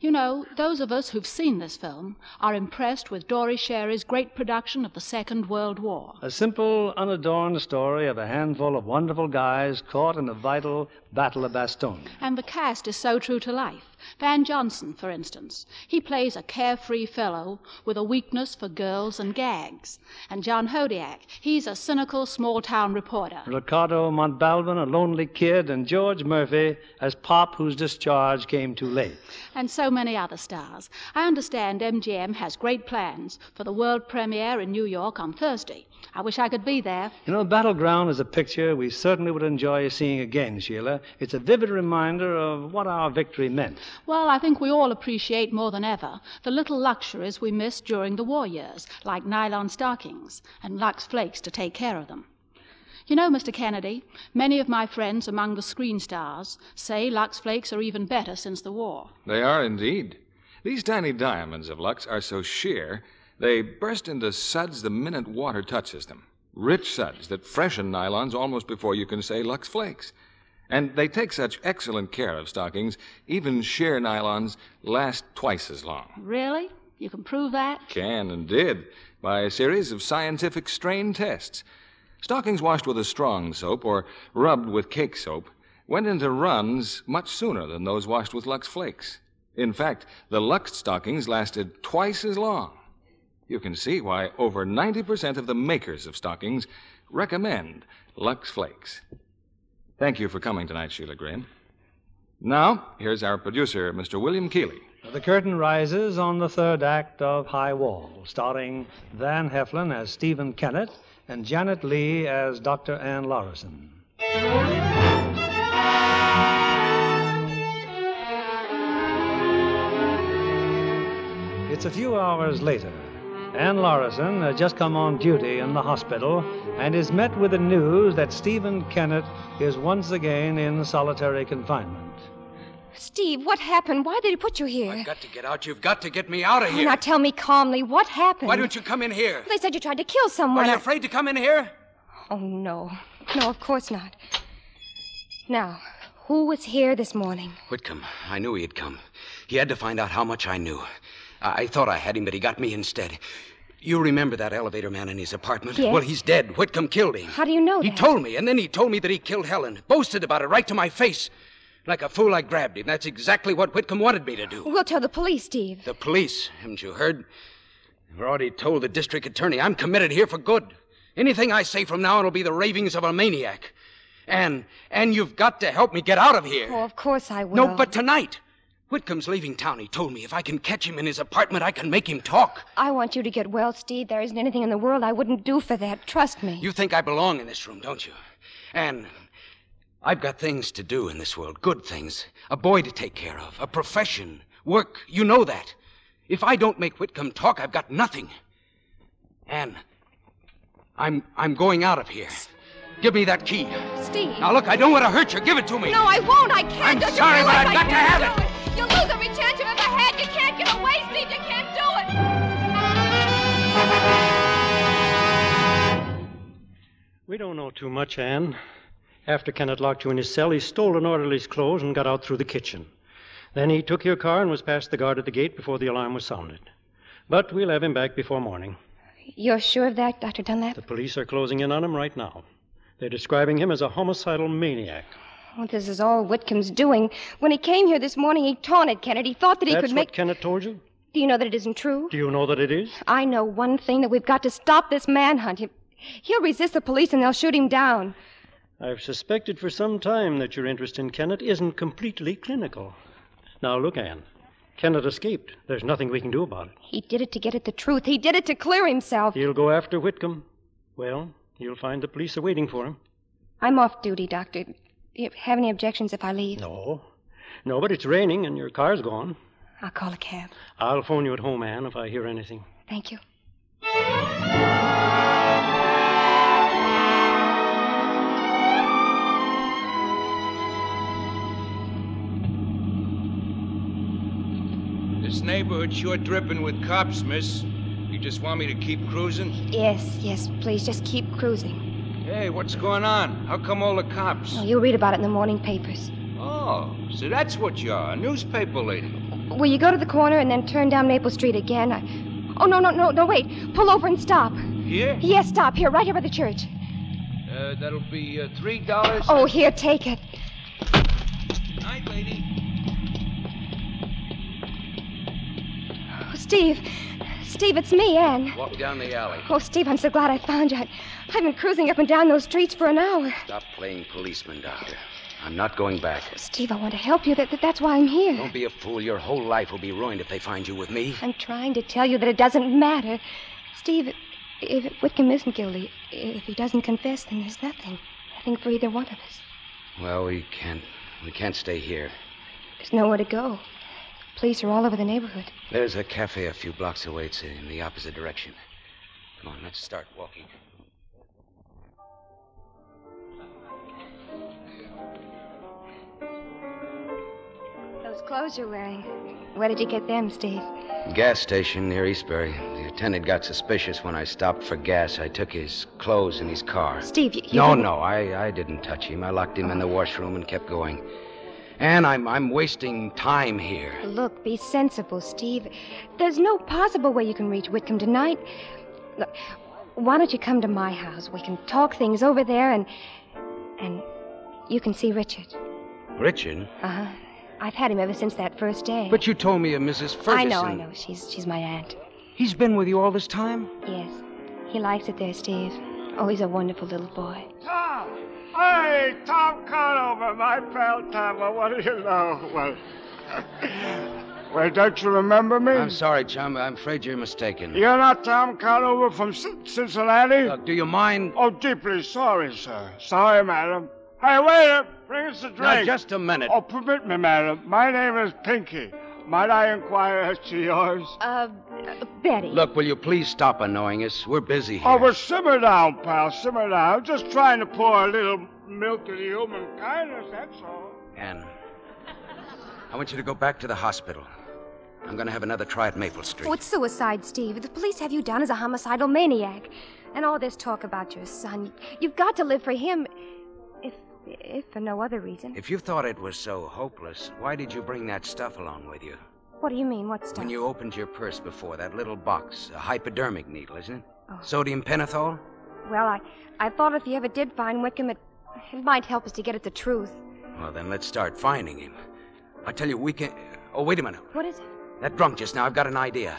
S22: You know, those of us who've seen this film are impressed with Dory Sherry's great production of the Second World War.
S2: A simple, unadorned story of a handful of wonderful guys caught in the vital Battle of Bastogne.
S22: And the cast is so true to life. Van Johnson, for instance, he plays a carefree fellow with a weakness for girls and gags. And John Hodiak, he's a cynical small town reporter.
S2: Ricardo Montalban, a lonely kid, and George Murphy as Pop, whose discharge came too late.
S22: and so many other stars. I understand MGM has great plans for the world premiere in New York on Thursday. I wish I could be there.
S2: You know, Battleground is a picture we certainly would enjoy seeing again, Sheila. It's a vivid reminder of what our victory meant.
S22: Well, I think we all appreciate more than ever the little luxuries we missed during the war years, like nylon stockings and Lux Flakes to take care of them. You know, Mr. Kennedy, many of my friends among the screen stars say Lux Flakes are even better since the war.
S1: They are indeed. These tiny diamonds of Lux are so sheer, they burst into suds the minute water touches them. Rich suds that freshen nylons almost before you can say Lux flakes. And they take such excellent care of stockings, even sheer nylons last twice as long.
S22: Really? You can prove that?
S1: Can and did by a series of scientific strain tests. Stockings washed with a strong soap or rubbed with cake soap went into runs much sooner than those washed with Lux Flakes. In fact, the Lux stockings lasted twice as long. You can see why over 90% of the makers of stockings recommend Lux Flakes. Thank you for coming tonight, Sheila Graham. Now, here's our producer, Mr. William Keeley.
S2: The curtain rises on the third act of High Wall, starring Van Heflin as Stephen Kennett and Janet Lee as Dr. Ann Laurison. It's a few hours later. Ann Laurison has just come on duty in the hospital and is met with the news that Stephen Kennett is once again in solitary confinement.
S8: Steve, what happened? Why did he put you here?
S9: I've got to get out. You've got to get me out of
S8: Now
S9: here.
S8: tell me calmly what happened.
S9: Why don't you come in here?
S8: They said you tried to kill
S9: Are
S8: someone.
S9: you
S8: I-
S9: afraid to come in here?
S8: Oh, no. No, of course not. Now, who was here this morning?
S9: Whitcomb, I knew he'd come. He had to find out how much I knew. I, I thought I had him, but he got me instead. You remember that elevator man in his apartment?
S8: Yes.
S9: Well, he's dead. Whitcomb killed him.
S8: How do you know
S9: He
S8: that?
S9: told me, and then he told me that he killed Helen. Boasted about it right to my face. Like a fool, I grabbed him. That's exactly what Whitcomb wanted me to do.
S8: We'll tell the police, Steve.
S9: The police, haven't you heard? I've already told the district attorney I'm committed here for good. Anything I say from now on will be the ravings of a maniac. Anne, Anne, you've got to help me get out of here.
S8: Oh, of course I will.
S9: No, but tonight. Whitcomb's leaving town, he told me. If I can catch him in his apartment, I can make him talk.
S8: I want you to get well, Steve. There isn't anything in the world I wouldn't do for that. Trust me.
S9: You think I belong in this room, don't you? And I've got things to do in this world, good things. A boy to take care of, a profession, work. You know that. If I don't make Whitcomb talk, I've got nothing. Anne, I'm I'm going out of here. Give me that key.
S23: Steve.
S9: Now look, I don't want to hurt you. Give it to me.
S23: No, I won't. I can't.
S9: I'm
S23: Don't you
S9: sorry, but
S23: realize
S9: I've
S23: I
S9: got to
S23: can't
S9: have
S23: do it. You'll lose every chance you've ever had. You can't get away, Steve. You can't do it.
S7: We don't know too much, Anne. After Kennett locked you in his cell, he stole an orderly's clothes and got out through the kitchen. Then he took your car and was past the guard at the gate before the alarm was sounded. But we'll have him back before morning.
S8: You're sure of that, Dr. Dunlap?
S7: The police are closing in on him right now. They're describing him as a homicidal maniac.
S8: Oh, this is all Whitcomb's doing. When he came here this morning, he taunted Kennett. He thought that he
S7: That's
S8: could make.
S7: what Kennett told you?
S8: Do you know that it isn't true?
S7: Do you know that it is?
S8: I know one thing that we've got to stop this manhunt. He- He'll resist the police and they'll shoot him down.
S7: I've suspected for some time that your interest in Kennett isn't completely clinical. Now, look, Anne. Kennett escaped. There's nothing we can do about it.
S8: He did it to get at the truth. He did it to clear himself.
S7: He'll go after Whitcomb. Well, you'll find the police are waiting for him.
S8: I'm off duty, Doctor. You have any objections if I leave?
S7: No. No, but it's raining and your car's gone.
S8: I'll call a cab.
S7: I'll phone you at home, Anne, if I hear anything.
S8: Thank you.
S24: This neighborhood's sure dripping with cops, miss. You just want me to keep cruising?
S8: Yes, yes, please just keep cruising.
S24: Hey, what's going on? How come all the cops?
S8: Oh, you'll read about it in the morning papers.
S24: Oh, so that's what you are, a newspaper lady.
S8: Will you go to the corner and then turn down Maple Street again? I... Oh, no, no, no, no, wait. Pull over and stop.
S24: Here?
S8: Yes, stop here, right here by the church.
S24: Uh, that'll be uh, three dollars.
S8: Oh, here, take it.
S24: Night, lady.
S8: Oh, Steve. Steve, it's me, Anne.
S9: Walk down the alley.
S8: Oh, Steve, I'm so glad I found you. I- I've been cruising up and down those streets for an hour.
S9: Stop playing policeman, Doctor. I'm not going back.
S8: Steve, I want to help you. That, that- that's why I'm here.
S9: Don't be a fool. Your whole life will be ruined if they find you with me.
S8: I'm trying to tell you that it doesn't matter. Steve, if, if Whitcomb isn't guilty, if he doesn't confess, then there's nothing. Nothing for either one of us.
S9: Well, we can't. We can't stay here.
S8: There's nowhere to go. Police are all over the neighborhood.
S9: There's a cafe a few blocks away. It's in the opposite direction. Come on, let's start walking.
S8: Those clothes you're wearing, where did you get them, Steve?
S9: Gas station near Eastbury. The attendant got suspicious when I stopped for gas. I took his clothes and his car.
S8: Steve, you. you
S9: No,
S8: didn't-
S9: no, I, I didn't touch him. I locked him in the washroom and kept going. And I'm I'm wasting time here.
S8: Look, be sensible, Steve. There's no possible way you can reach Whitcomb tonight. Look, why don't you come to my house? We can talk things over there and. and you can see Richard.
S9: Richard?
S8: Uh huh. I've had him ever since that first day.
S9: But you told me of Mrs. Ferguson.
S8: I know, I know. She's, she's my aunt.
S9: He's been with you all this time?
S8: Yes. He likes it there, Steve. Oh, he's a wonderful little boy.
S5: Tom! Hey, Tom Conover, my pal Tom. Well, what do you know? Well,
S9: Well, don't you remember me? I'm sorry, chum. I'm afraid you're mistaken.
S5: you're not Tom Conover from Cin- Cincinnati?
S9: Look, Uh, do you mind?
S5: Oh, deeply sorry, sir. Sorry, madam. Hey, waiter, bring us a drink.
S9: Now, just a minute.
S5: Oh, permit me, madam. My name is Pinky. Might I inquire as to yours?
S8: Uh, Betty.
S9: Look, will you please stop annoying us? We're busy here.
S5: Oh, well, simmer down, pal. Simmer down. Just trying to pour a little milk to the human kindness, that's all.
S9: Anne, I want you to go back to the hospital. I'm going to have another try at Maple Street.
S8: Oh, it's suicide, Steve. The police have you down as a homicidal maniac. And all this talk about your son. You've got to live for him. If if for no other reason.
S9: If you thought it was so hopeless, why did you bring that stuff along with you?
S8: What do you mean? What stuff?
S9: When you opened your purse before, that little box, a hypodermic needle, isn't it?
S8: Oh.
S9: Sodium pentothal?
S8: Well, I, I thought if you ever did find Wickham, it, it might help us to get at the truth.
S9: Well, then let's start finding him. I tell you, we can. Oh, wait a minute.
S8: What is it?
S9: That drunk just now, I've got an idea.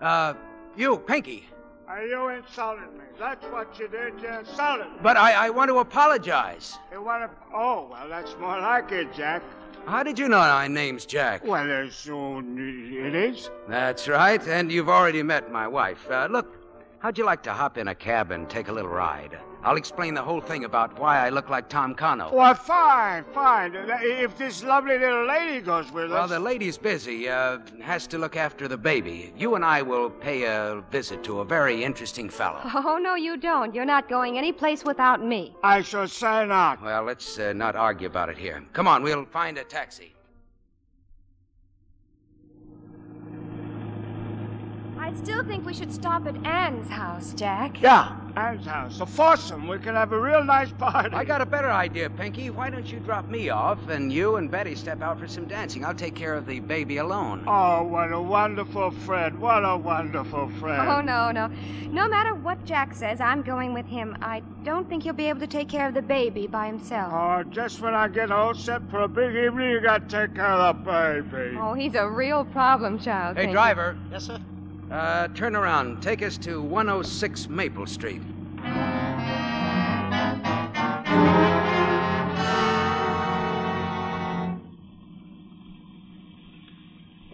S9: Uh, you, Pinky.
S5: Are you insulted me? That's what you did. You insulted me.
S9: But I, I want to apologize.
S5: You want to... Oh, well, that's more like it, Jack.
S9: How did you know my name's Jack?
S5: Well, uh, so it is.
S9: That's right, and you've already met my wife. Uh, look, how'd you like to hop in a cab and take a little ride? I'll explain the whole thing about why I look like Tom Cano.
S5: Well, fine, fine. Uh, If this lovely little lady goes with
S9: Well,
S5: us.
S9: the lady's busy, uh, has to look after the baby. You and I will pay a visit to a very interesting fellow.
S8: Oh, no, you don't. You're not going anyplace without me.
S5: I shall say not.
S9: Well, let's uh, not argue about it here. Come on, we'll find a taxi.
S8: I still think we should stop at Anne's house, Jack.
S5: Yeah, Anne's house. A foursome. We can have a real nice party.
S9: I got a better idea, Pinky. Why don't you drop me off and you and Betty step out for some dancing? I'll take care of the baby alone.
S5: Oh, what a wonderful friend. What a wonderful friend.
S8: Oh, no, no. No matter what Jack says, I'm going with him. I don't think he'll be able to take care of the baby by himself.
S5: Oh, just when I get all set for a big evening, you gotta take care of the baby.
S8: Oh, he's a real problem child.
S9: Hey,
S8: Pinky.
S9: driver.
S12: Yes, sir.
S10: Oh.
S9: Uh, turn around. Take us to 106 Maple Street.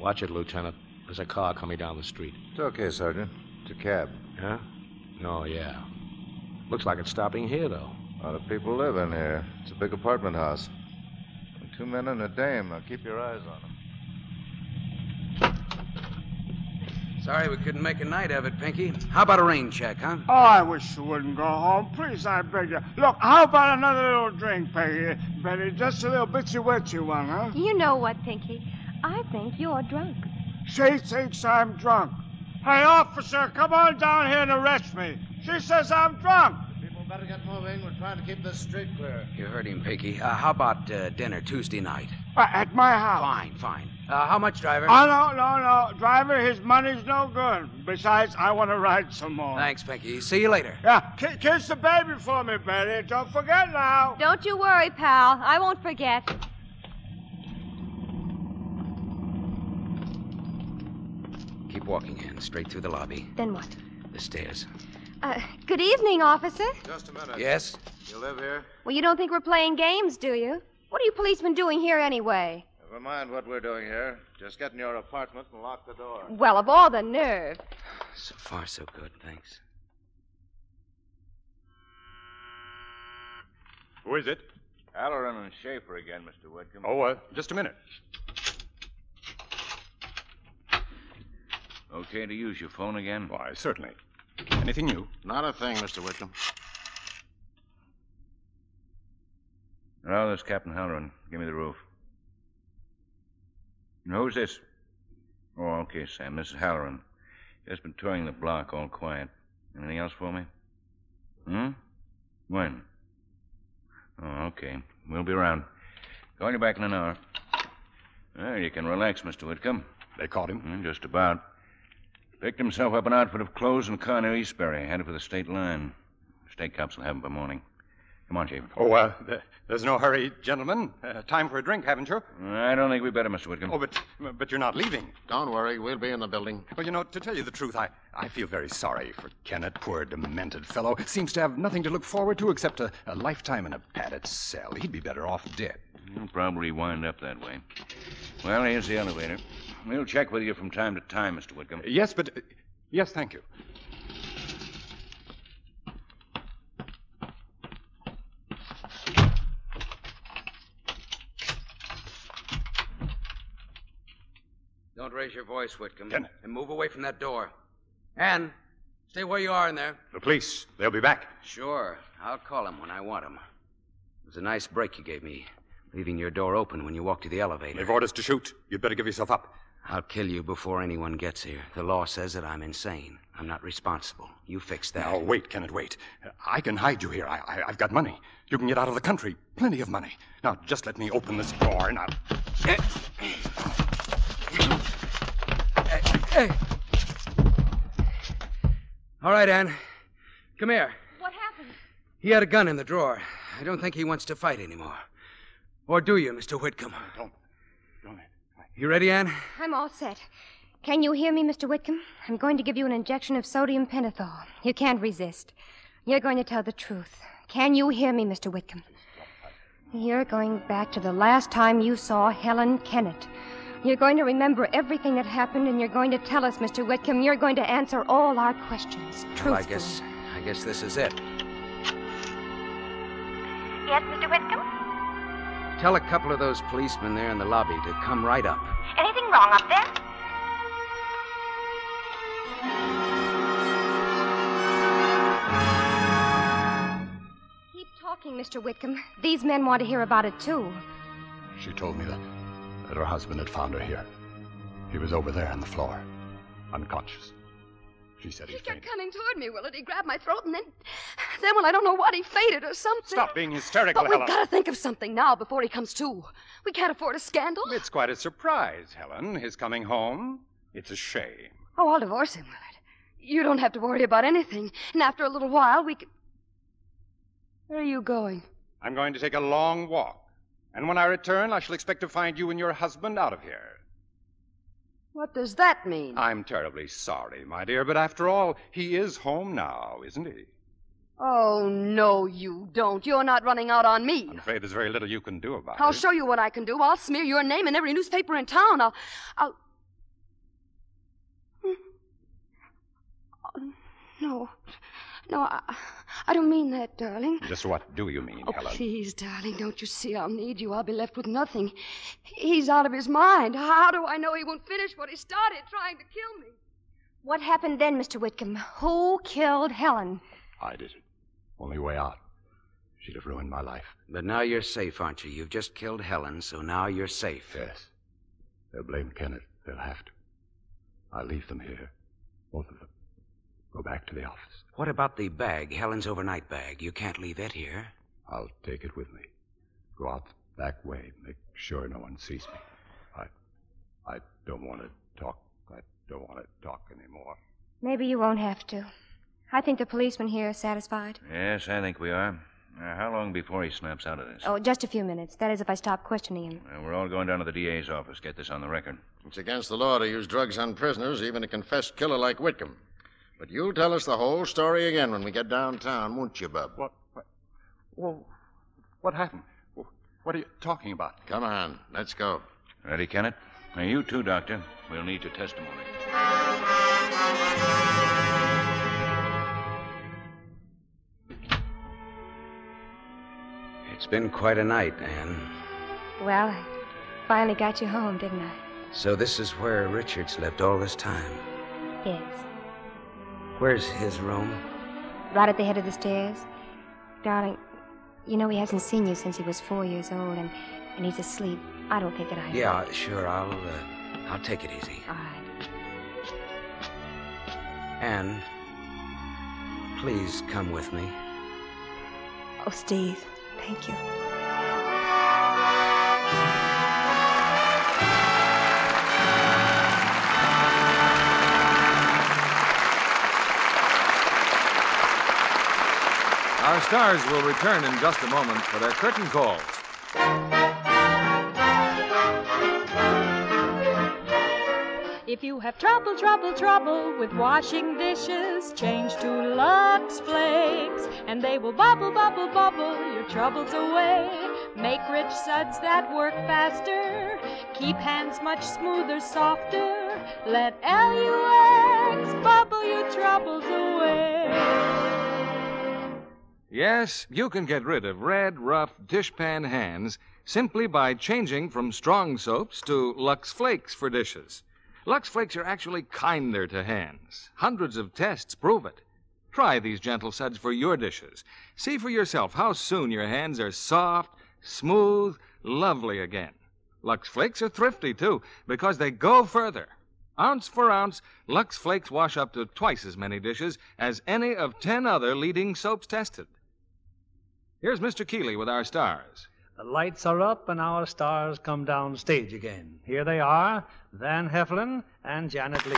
S3: Watch it, Lieutenant. There's a car coming down the street.
S10: It's okay, Sergeant. It's a cab.
S3: Huh? Oh, yeah. Looks like it's stopping here, though.
S10: A lot of people live in here. It's a big apartment house. Two men and a dame. Now keep your eyes on them.
S9: Sorry we couldn't make a night of it, Pinky. How about a rain check, huh?
S5: Oh, I wish you wouldn't go home. Please, I beg you. Look, how about another little drink, Peggy? Betty, just a little bitsy witsy one, huh?
S8: You know what, Pinky? I think you're drunk.
S5: She thinks I'm drunk. Hey, officer, come on down here and arrest me. She says I'm drunk.
S11: People better get moving. We're trying to keep this street clear.
S9: You heard him, Pinky. Uh, how about uh, dinner Tuesday night?
S5: Uh, at my
S10: Oh.
S5: house.
S9: Fine, fine. Uh, how much, driver?
S5: Oh, no, no, no. Driver, his money's no good. Besides, I want to ride some more.
S9: Thanks, Pinky. See you later.
S5: Yeah, ki- kiss the baby for me, Betty. Don't forget
S8: Uh,
S5: now.
S23: Don't you worry, pal. I won't forget.
S9: Keep walking in, straight through the lobby,
S8: Then what?
S9: the stairs.
S8: Uh, good evening, officer.
S10: Just a minute.
S9: Yes?
S10: You live here?
S8: Well, you don't think we're playing games, do you? What are you policemen doing here anyway?
S10: Never mind what we're doing here. Just get in your apartment and lock the door.
S8: Well, of all the nerve.
S9: So far, so good, thanks.
S10: Who is it? Halloran and Schaefer again, Mr. Whitcomb.
S13: Oh, uh, just a minute.
S10: Okay to use your phone again?
S13: Why, certainly. Anything new?
S10: Not a thing, Mr. Whitcomb. Now, this Captain Halloran. Give me the roof. And who's this? Oh, okay, Sam. This is Halloran. Just been touring the block, all quiet. Anything else for me? Hmm? When? Oh, okay. We'll be around. Call you back in an hour. Well, you can relax, Mr. Whitcomb. They caught him? just about. Picked himself up an outfit of clothes and a car near Eastbury. Headed for the state line. State cops will have him by morning. Come on, Chief.
S13: Oh, uh, th- there's no hurry, gentlemen. Uh, time for a drink, haven't you?
S10: I don't think we better, Mr. Whitcomb.
S13: Oh, but but you're not leaving.
S10: Don't worry, we'll be in the building.
S13: Well, you know, to tell you the truth, I, I feel very sorry for Kenneth, poor demented fellow. Seems to have nothing to look forward to except a, a lifetime in a padded cell. He'd be better off dead.
S10: You'll probably wind up that way. Well, here's the elevator. We'll check with you from time to time, Mr. Whitcomb.
S13: Yes, but. uh, yes, thank you.
S9: Don't raise your voice, Whitcomb. And move away from that door. Anne, stay where you are in there.
S13: The police, they'll be back.
S9: Sure. I'll call him when I want him. It was a nice break you gave me, leaving your door open when you walked to the elevator.
S13: They've orders to shoot. You'd better give yourself up.
S9: I'll kill you before anyone gets here. The law says that I'm insane. I'm not responsible. You fix that.
S13: Now, wait, Kenneth, wait. I can hide you here. I, I, I've got money. You can get out of the country. Plenty of money. Now, just let me open this door and I'll.
S9: Hey! All right, Anne. Come here.
S23: What happened?
S9: He had a gun in the drawer. I don't think he wants to fight anymore. Or do you, Mr. Whitcomb?
S13: Don't.
S9: Don't. You ready, Anne?
S8: I'm all set. Can you hear me, Mr. Whitcomb? I'm going to give you an injection of sodium pentothal. You can't resist. You're going to tell the truth. Can you hear me, Mr. Whitcomb? You're going back to the last time you saw Helen Kennett. You're going to remember everything that happened, and you're going to tell us, Mr. Whitcomb. You're going to answer all our questions.
S9: Well, I guess, I guess this is it.
S23: Yes, Mr. Whitcomb?
S9: Tell a couple of those policemen there in the lobby to come right up.
S23: Anything wrong up there?
S8: Keep talking, Mr. Whitcomb. These men want to hear about it, too.
S4: She told me that, that her husband had found her here. He was over there on the floor, unconscious. She said he fainted.
S17: coming toward me, Willard. He grabbed my throat and then, then, well, I don't know what, he fainted or something.
S4: Stop being hysterical,
S17: But
S4: Helen.
S17: we've got to think of something now before he comes to. We can't afford a scandal.
S4: It's quite a surprise, Helen, his coming home. It's a shame.
S17: Oh, I'll divorce him, Willard. You don't have to worry about anything. And after a little while, we can. Where are you going?
S4: I'm going to take a long walk. And when I return, I shall expect to find you and your husband out of here.
S17: What does that mean?
S4: I'm terribly sorry, my dear, but after all, he is home now, isn't he?
S17: Oh, no, you don't. You're not running out on me.
S4: I'm afraid there's very little you can do about
S17: I'll
S4: it.
S17: show you what I can do. I'll smear your name in every newspaper in town. I'll. I'll. Oh, no. No, I, I don't mean that, darling.
S4: Just what do you mean,
S17: Oh,
S4: Helen?
S17: please, darling, don't you see I'll need you? I'll be left with nothing. He's out of his mind. How do I know he won't finish what he started trying to kill me?
S8: What happened then, Mr. Whitcomb? Who killed Helen?
S4: I did it. Only way out. She'd have ruined my life.
S9: But now you're safe, aren't you? You've just killed Helen, so now you're safe.
S4: Yes. They'll blame Kenneth. They'll have to. I leave them here. Both of them. Go back to the office.
S9: What about the bag, Helen's overnight bag? You can't leave it here.
S4: I'll take it with me. Go out the back way. Make sure no one sees me. I, I don't want to talk. I don't want to talk anymore.
S8: Maybe you won't have to. I think the policemen here are satisfied.
S10: Yes, I think we are. Now, how long before he snaps out of this?
S8: Oh, just a few minutes. That is, if I stop questioning him.
S10: Uh, we're all going down to the DA's office. Get this on the record.
S13: It's against the law to use drugs on prisoners, even a confessed killer like Whitcomb. But you'll tell us the whole story again when we get downtown, won't you, Bub? What?
S4: Well, what happened? What are you talking about?
S13: Come on, let's go.
S10: Ready, Kennett? Now, you too, Doctor. We'll need your testimony.
S9: It's been quite a night, Anne.
S8: Well, I finally got you home, didn't I?
S9: So this is where Richard slept all this time.
S8: Yes.
S9: Where's his room?
S8: Right at the head of the stairs. Darling, you know he hasn't seen you since he was four years old, and, and he's asleep. I don't think that I.
S9: Yeah, sure. I'll, uh, I'll take it easy.
S8: All right.
S9: Anne, please come with me.
S8: Oh, Steve, thank you.
S1: Our stars will return in just a moment for their curtain call.
S25: If you have trouble, trouble, trouble with washing dishes, change to Lux Flakes, and they will bubble, bubble, bubble your troubles away. Make rich suds that work faster, keep hands much smoother, softer. Let LUX bubble your troubles away.
S1: Yes, you can get rid of red, rough, dishpan hands simply by changing from strong soaps to Lux Flakes for dishes. Lux Flakes are actually kinder to hands. Hundreds of tests prove it. Try these gentle suds for your dishes. See for yourself how soon your hands are soft, smooth, lovely again. Lux Flakes are thrifty, too, because they go further. Ounce for ounce, Lux Flakes wash up to twice as many dishes as any of ten other leading soaps tested. Here's Mr. Keeley with our stars.
S2: The lights are up, and our stars come down stage again. Here they are Van Heflin and Janet Lee.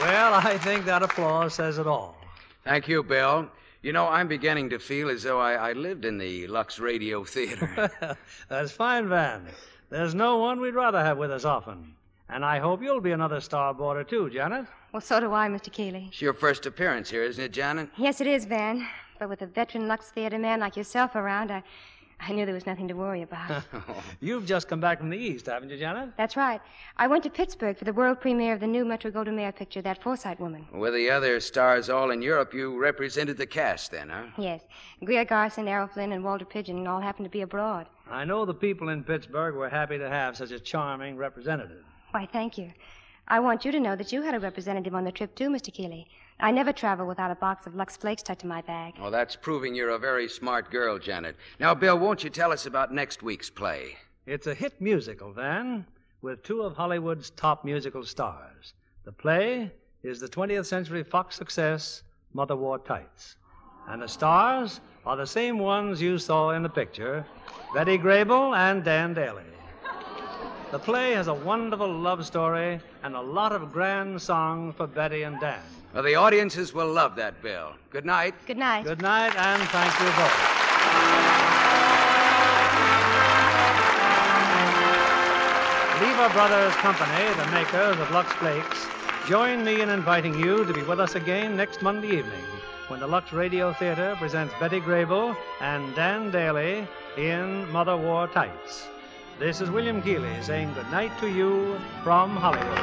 S2: Well, I think that applause says it all.
S9: Thank you, Bill. You know, I'm beginning to feel as though I, I lived in the Lux Radio Theater.
S2: That's fine, Van. There's no one we'd rather have with us often. And I hope you'll be another starboarder, too, Janet.
S8: Well, so do I, Mr. Keeley.
S9: It's your first appearance here, isn't it, Janet?
S8: Yes, it is, Van. But with a veteran Lux Theater man like yourself around, I, I knew there was nothing to worry about.
S2: You've just come back from the East, haven't you, Janet?
S8: That's right. I went to Pittsburgh for the world premiere of the new Metro Goldwyn Mayer picture, That Foresight Woman.
S9: With the other stars all in Europe, you represented the cast then, huh?
S8: Yes. Greer Garson, Errol Flynn, and Walter Pigeon all happened to be abroad.
S2: I know the people in Pittsburgh were happy to have such a charming representative.
S8: Why, thank you. I want you to know that you had a representative on the trip, too, Mr. Keeley. I never travel without a box of Lux Flakes tucked in my bag.
S9: Well, that's proving you're a very smart girl, Janet. Now, Bill, won't you tell us about next week's play?
S2: It's a hit musical, Van, with two of Hollywood's top musical stars. The play is the 20th Century Fox success, Mother Wore Tights. And the stars are the same ones you saw in the picture Betty Grable and Dan Daly. The play has a wonderful love story and a lot of grand songs for Betty and Dan.
S9: Well, the audiences will love that, Bill. Good night.
S8: Good night.
S2: Good night, and thank you both. Lever Brothers Company, the makers of Lux Flakes, join me in inviting you to be with us again next Monday evening when the Lux Radio Theater presents Betty Grable and Dan Daly in Mother Wore Tights. This is William Keeley saying good night to you from Hollywood.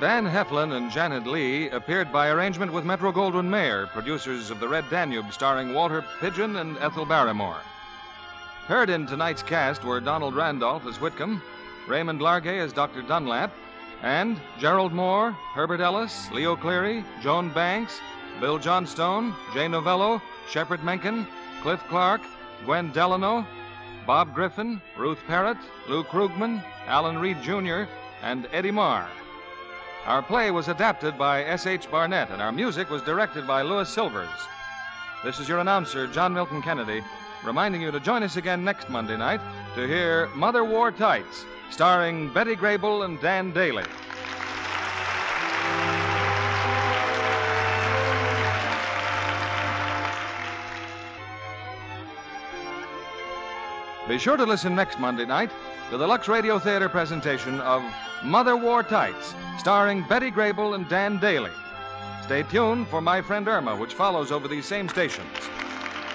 S1: Van Heflin and Janet Lee appeared by arrangement with Metro Goldwyn Mayer, producers of The Red Danube, starring Walter Pigeon and Ethel Barrymore. Heard in tonight's cast were Donald Randolph as Whitcomb, Raymond Largay as Dr. Dunlap, and Gerald Moore, Herbert Ellis, Leo Cleary, Joan Banks, Bill Johnstone, Jay Novello, Shepard Menken, Cliff Clark, Gwen Delano, Bob Griffin, Ruth Parrott, Lou Krugman, Alan Reed Jr., and Eddie Marr. Our play was adapted by S.H. Barnett, and our music was directed by Louis Silvers. This is your announcer, John Milton Kennedy, reminding you to join us again next Monday night to hear Mother Wore Tights, starring Betty Grable and Dan Daly. Be sure to listen next Monday night to the Lux Radio Theater presentation of Mother Wore Tights, starring Betty Grable and Dan Daly. Stay tuned for My Friend Irma, which follows over these same stations.